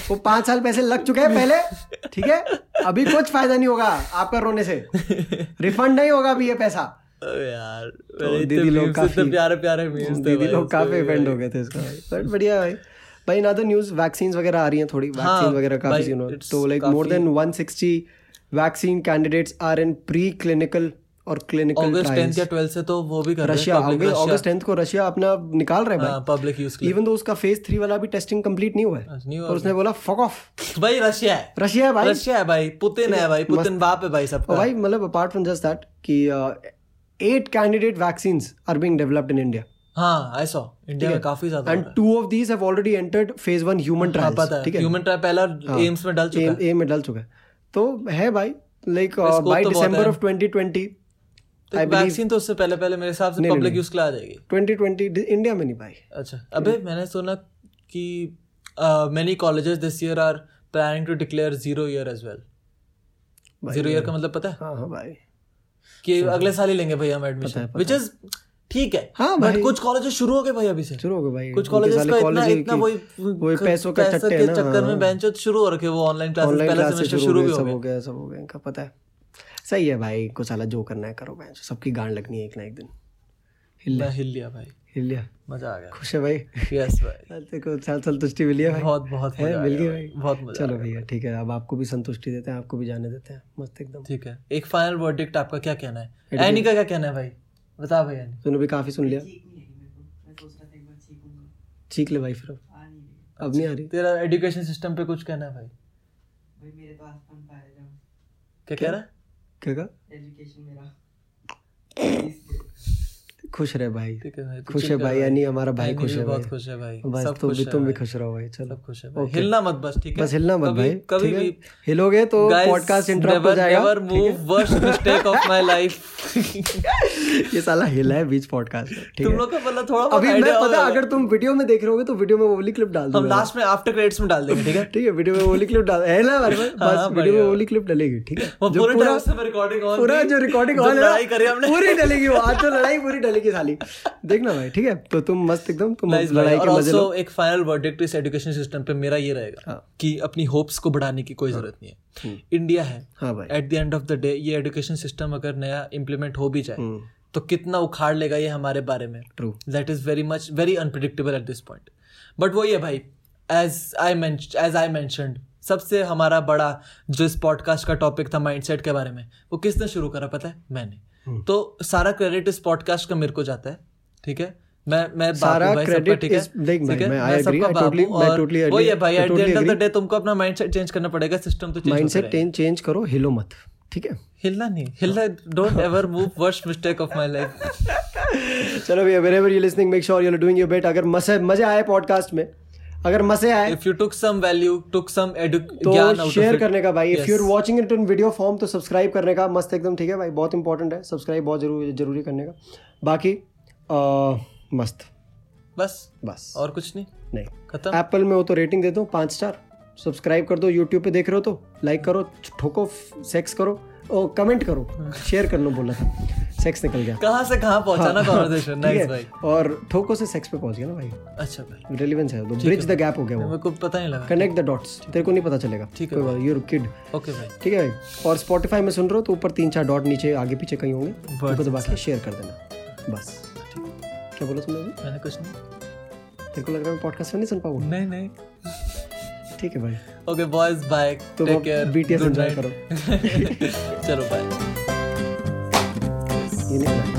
Speaker 2: वो पांच साल पैसे लग चुके हैं पहले ठीक है अभी कुछ फायदा नहीं होगा आपका रोने
Speaker 1: [laughs]
Speaker 2: से रिफंड नहीं होगा अभी ये पैसा
Speaker 1: अरे यार
Speaker 2: तो
Speaker 1: मेरे
Speaker 2: दीदी
Speaker 1: इतने
Speaker 2: लोग
Speaker 1: memes, इतने
Speaker 2: काफी-
Speaker 1: प्यारे प्यारे मीम्स थे
Speaker 2: दीदी
Speaker 1: भाई,
Speaker 2: लोग काफी
Speaker 1: उसमें भी
Speaker 2: ऑफेंड हो गए थे इसका भाई बट बढ़िया भाई भाई इन अदर न्यूज वैक्सीन वगैरह आ रही हैं थोड़ी वैक्सीन वगैरह काफी
Speaker 1: हाँ, भाई,
Speaker 2: सीन हो
Speaker 1: it's
Speaker 2: तो like more than 160 vaccine candidates are in pre clinical और क्लिनिकल
Speaker 1: अगस्त 10th या 12th से तो वो भी कर रहे
Speaker 2: रशिया
Speaker 1: हैं public
Speaker 2: अगस्त टेंथ को रशिया अपना निकाल रहा है भाई
Speaker 1: हाँ पब्लिक यूज
Speaker 2: इवन दो उसका फेज थ्री वाला भी टेस्टिंग कंप्लीट नहीं हुआ है
Speaker 1: नहीं हुआ
Speaker 2: और उसने बोला फक ऑफ
Speaker 1: भाई रशिया है
Speaker 2: रशिया है भाई
Speaker 1: अच्छा। रशिया है भाई पुतिन है भाई पुतिन बाप है भाई
Speaker 2: और
Speaker 1: सबका
Speaker 2: भाई मतलब अपार्ट फ्रॉम जस्ट दैट कि uh, eight candidate vaccine are being developed in India
Speaker 1: हाँ आई सॉ इंडिया में काफी ज्यादा
Speaker 2: and two of these have already entered phase one human
Speaker 1: हाँ,
Speaker 2: ट्रायल्स
Speaker 1: पता है ह्यूमन ट्रायल पहला
Speaker 2: हाँ।
Speaker 1: एम्स में डाल चुका है
Speaker 2: ए में डल चुका है तो है भाई uh, लाइक
Speaker 1: scope
Speaker 2: बाय
Speaker 1: तो बहुत
Speaker 2: दिसंबर
Speaker 1: है।
Speaker 2: ऑफ 2020
Speaker 1: तो वैक्सीन तो उससे पहले पहले मेरे हिसाब से पब्लिक यूज के लिए आ जाएगी
Speaker 2: 2020 इंडिया में नहीं भाई
Speaker 1: अच्छा अबे मैंने सुना कि uh, many colleges this year are planning to declare zero year as well zero year का मतलब पता है
Speaker 2: हाँ हाँ भाई
Speaker 1: कि अगले साल ही लेंगे भाई हम एडमिशन
Speaker 2: अच्छा। पता है।
Speaker 1: विच इज ठीक है
Speaker 2: हाँ
Speaker 1: But
Speaker 2: भाई।
Speaker 1: कुछ कॉलेजेस शुरू हो गए भाई अभी से
Speaker 2: शुरू हो गए भाई
Speaker 1: कुछ
Speaker 2: उनके
Speaker 1: कॉलेजेस
Speaker 2: साले
Speaker 1: का इतना
Speaker 2: colleges
Speaker 1: इतना
Speaker 2: की-
Speaker 1: वही
Speaker 2: वही
Speaker 1: क-
Speaker 2: पैसों के चट्टे
Speaker 1: के
Speaker 2: हैं ना,
Speaker 1: चक्कर
Speaker 2: हाँ।
Speaker 1: में बेंच शुरू हो रखे वो ऑनलाइन क्लासेस
Speaker 2: ऑनलाइन
Speaker 1: पहला
Speaker 2: क्लासेस
Speaker 1: सेमेस्टर शुरू भी हो
Speaker 2: सब हो
Speaker 1: गए
Speaker 2: गया सब हो गया इनका पता है सही है भाई को साला जो करना है करो मैं सबकी गांड लगनी है एक ना एक दिन हिल
Speaker 1: मैं हिल लिया भाई
Speaker 2: हिल लिया
Speaker 1: मजा आ
Speaker 2: [laughs]
Speaker 1: गया
Speaker 2: खुश है
Speaker 1: [laughs]
Speaker 2: भाई
Speaker 1: यस भाई
Speaker 2: साल तेरे को साल साल तुष्टि मिली है भाई
Speaker 1: बहुत बहुत
Speaker 2: है,
Speaker 1: मजा आ
Speaker 2: मिल
Speaker 1: गया
Speaker 2: गया
Speaker 1: भाई।
Speaker 2: भाई।
Speaker 1: बहुत मजा
Speaker 2: चलो
Speaker 1: आ गया।
Speaker 2: भैया ठीक है अब आपको भी संतुष्टि देते हैं आपको भी जाने देते हैं मस्त एकदम
Speaker 1: ठीक है एक फाइनल वर्डिक्ट आपका क्या कहना है एनी का क्या कहना है भाई बता भाई एनी
Speaker 2: तूने भी काफी सुन लिया ठीक ले भाई फिर अब अब नहीं आ रही
Speaker 1: तेरा एजुकेशन सिस्टम पे कुछ कहना है भाई क्या कह रहा है
Speaker 2: क्या कहा खुश रहे भाई
Speaker 1: ठीक है भाई तू
Speaker 2: खुश
Speaker 1: chill
Speaker 2: है
Speaker 1: कर
Speaker 2: भाई यानी हमारा भाई
Speaker 1: Annie
Speaker 2: खुश
Speaker 1: भी
Speaker 2: है
Speaker 1: बहुत
Speaker 2: भाई।
Speaker 1: खुश है भाई
Speaker 2: बस
Speaker 1: सब
Speaker 2: तुम
Speaker 1: खुश
Speaker 2: भी
Speaker 1: है
Speaker 2: तुम भी
Speaker 1: भाई।
Speaker 2: खुश रहो भाई चलो
Speaker 1: सब खुश है भाई
Speaker 2: Okay.
Speaker 1: हिलना मत बस ठीक है
Speaker 2: बस हिलना मत
Speaker 1: कभी-
Speaker 2: भाई
Speaker 1: कभी
Speaker 2: ठीक है?
Speaker 1: भी
Speaker 2: हिलोगे तो पॉडकास्ट इंटरप्ट हो जाएगा
Speaker 1: never move worst mistake of my life
Speaker 2: [laughs] ये साला हिला है बीच पॉडकास्ट ठीक
Speaker 1: तुम
Speaker 2: है
Speaker 1: लोग का मतलब थोड़ा बहुत
Speaker 2: अभी मैं
Speaker 1: idea
Speaker 2: पता
Speaker 1: होगा।
Speaker 2: अगर तुम वीडियो में देख रहे होगे तो वीडियो में वो वाली क्लिप डाल
Speaker 1: हम
Speaker 2: दूंगा
Speaker 1: लास्ट में आफ्टर क्रेडिट्स में डाल देंगे ठीक है
Speaker 2: ठीक है वीडियो में वो वाली क्लिप डाल है ना भाई बस वीडियो
Speaker 1: हाँ,
Speaker 2: में
Speaker 1: बढ़िया।
Speaker 2: वो वाली क्लिप डलेगी ठीक है
Speaker 1: वो
Speaker 2: जो
Speaker 1: पूरे
Speaker 2: पूरा-
Speaker 1: टाइम से रिकॉर्डिंग ऑन
Speaker 2: पूरा जो रिकॉर्डिंग ऑन है
Speaker 1: लड़ाई करी
Speaker 2: ना,
Speaker 1: हमने
Speaker 2: पूरी डलेगी वो आज तो लड़ाई पूरी डलेगी साली देखना भाई ठीक है तो तुम मस्त एकदम तुम
Speaker 1: Nice भाई।
Speaker 2: लड़ाई
Speaker 1: और
Speaker 2: के मजे
Speaker 1: also
Speaker 2: लो
Speaker 1: एक फाइनल वर्डिक्ट इस एजुकेशन सिस्टम पे मेरा ये रहेगा
Speaker 2: हाँ।
Speaker 1: कि अपनी होप्स को बढ़ाने की कोई जरूरत नहीं है इंडिया है
Speaker 2: हाँ भाई
Speaker 1: at the end of the day ये एजुकेशन सिस्टम अगर नया इम्प्लीमेंट हो भी जाए
Speaker 2: हम्म,
Speaker 1: तो कितना उखाड़ लेगा ये हमारे बारे में
Speaker 2: True.
Speaker 1: That is very much very unpredictable at this point but वही है भाई as I as I mentioned सबसे हमारा बड़ा जो इस पॉडकास्ट का टॉपिक था माइंडसेट के बारे में वो किसने शुरू करा पता है
Speaker 2: हम्म।
Speaker 1: मैंने तो सारा क्रेडिट इस पॉडकास्ट का मेरे को जाता है ठीक है मैं मैं बाबू
Speaker 2: सारा
Speaker 1: भाई, सबका
Speaker 2: credit
Speaker 1: ठीक है?
Speaker 2: is- देख भाई,
Speaker 1: ठीक है?
Speaker 2: मैं- I
Speaker 1: मैं
Speaker 2: agree,
Speaker 1: सबका
Speaker 2: I totally-
Speaker 1: बाबू
Speaker 2: मैं
Speaker 1: और
Speaker 2: totally agree,
Speaker 1: वही है भाई
Speaker 2: I
Speaker 1: at the
Speaker 2: totally
Speaker 1: end of the
Speaker 2: agree.
Speaker 1: Day तुमको अपना माइंडसेट चेंज करना पड़ेगा सिस्टम तो चेंज
Speaker 2: माइंडसेट चेंज करो हिलो मत ठीक है
Speaker 1: हिलना नहीं हिलना don't ever move worst mistake of my life
Speaker 2: चलो भैया wherever you listening make sure you doing your बेट अगर मजे मजे आए पॉडकास्ट में अगर मजे आए
Speaker 1: if you took some value took some edu- ज्ञान
Speaker 2: तो
Speaker 1: out
Speaker 2: शेयर
Speaker 1: of it
Speaker 2: करने का भाई if
Speaker 1: Yes.
Speaker 2: You are watching it in video form तो सब्सक्राइब करने का मस्त एकदम ठीक है भाई बहुत इंपॉर्टेंट है सब्सक्राइब बहुत जरूरी जरूरी करने का बाकी अ, मस्त
Speaker 1: बस
Speaker 2: बस
Speaker 1: और कुछ नहीं
Speaker 2: नहीं
Speaker 1: खत्म
Speaker 2: एप्पल में हो तो रेटिंग देता हूँ पाँच स्टार सब्सक्राइब कर दो यूट्यूब पे देख रहे हो तो लाइक करो ठोको सेक्स करो और कमेंट करो शेयर करना बोला था सेक्स निकल गया
Speaker 1: कहाँ से कहाँ पहुंचाना कॉन्वर्सेशन
Speaker 2: हाँ, ठीक
Speaker 1: नाइस
Speaker 2: है?
Speaker 1: भाई
Speaker 2: और ठोको से सेक्स पे पहुंच गया ना भाई
Speaker 1: अच्छा भाई
Speaker 2: रिलेवेंस है तो ब्रिज द गैप हो गया वो
Speaker 1: मेरे को पता नहीं लगा
Speaker 2: कनेक्ट द डॉट्स तेरे को नहीं पता चलेगा
Speaker 1: ठीक है
Speaker 2: यूर किड
Speaker 1: ओके भाई
Speaker 2: ठीक है भाई और स्पॉटिफाई में सुन रहे हो तो ऊपर तीन चार डॉट नीचे आगे पीछे कहीं होंगे उनको दबा के शेयर कर देना बस क्या बोला तुमने अभी
Speaker 1: मैंने कुछ नहीं
Speaker 2: तेरे को लग रहा है पॉडकास्ट में नहीं सुन पाऊंगा
Speaker 1: नहीं नहीं
Speaker 2: ठीक है भाई
Speaker 1: ओके बॉयज बाय टेक
Speaker 2: तुम
Speaker 1: care
Speaker 2: BTS
Speaker 1: good [laughs]
Speaker 2: enjoy
Speaker 1: night
Speaker 2: करो
Speaker 1: चलो बाय
Speaker 2: ये नहीं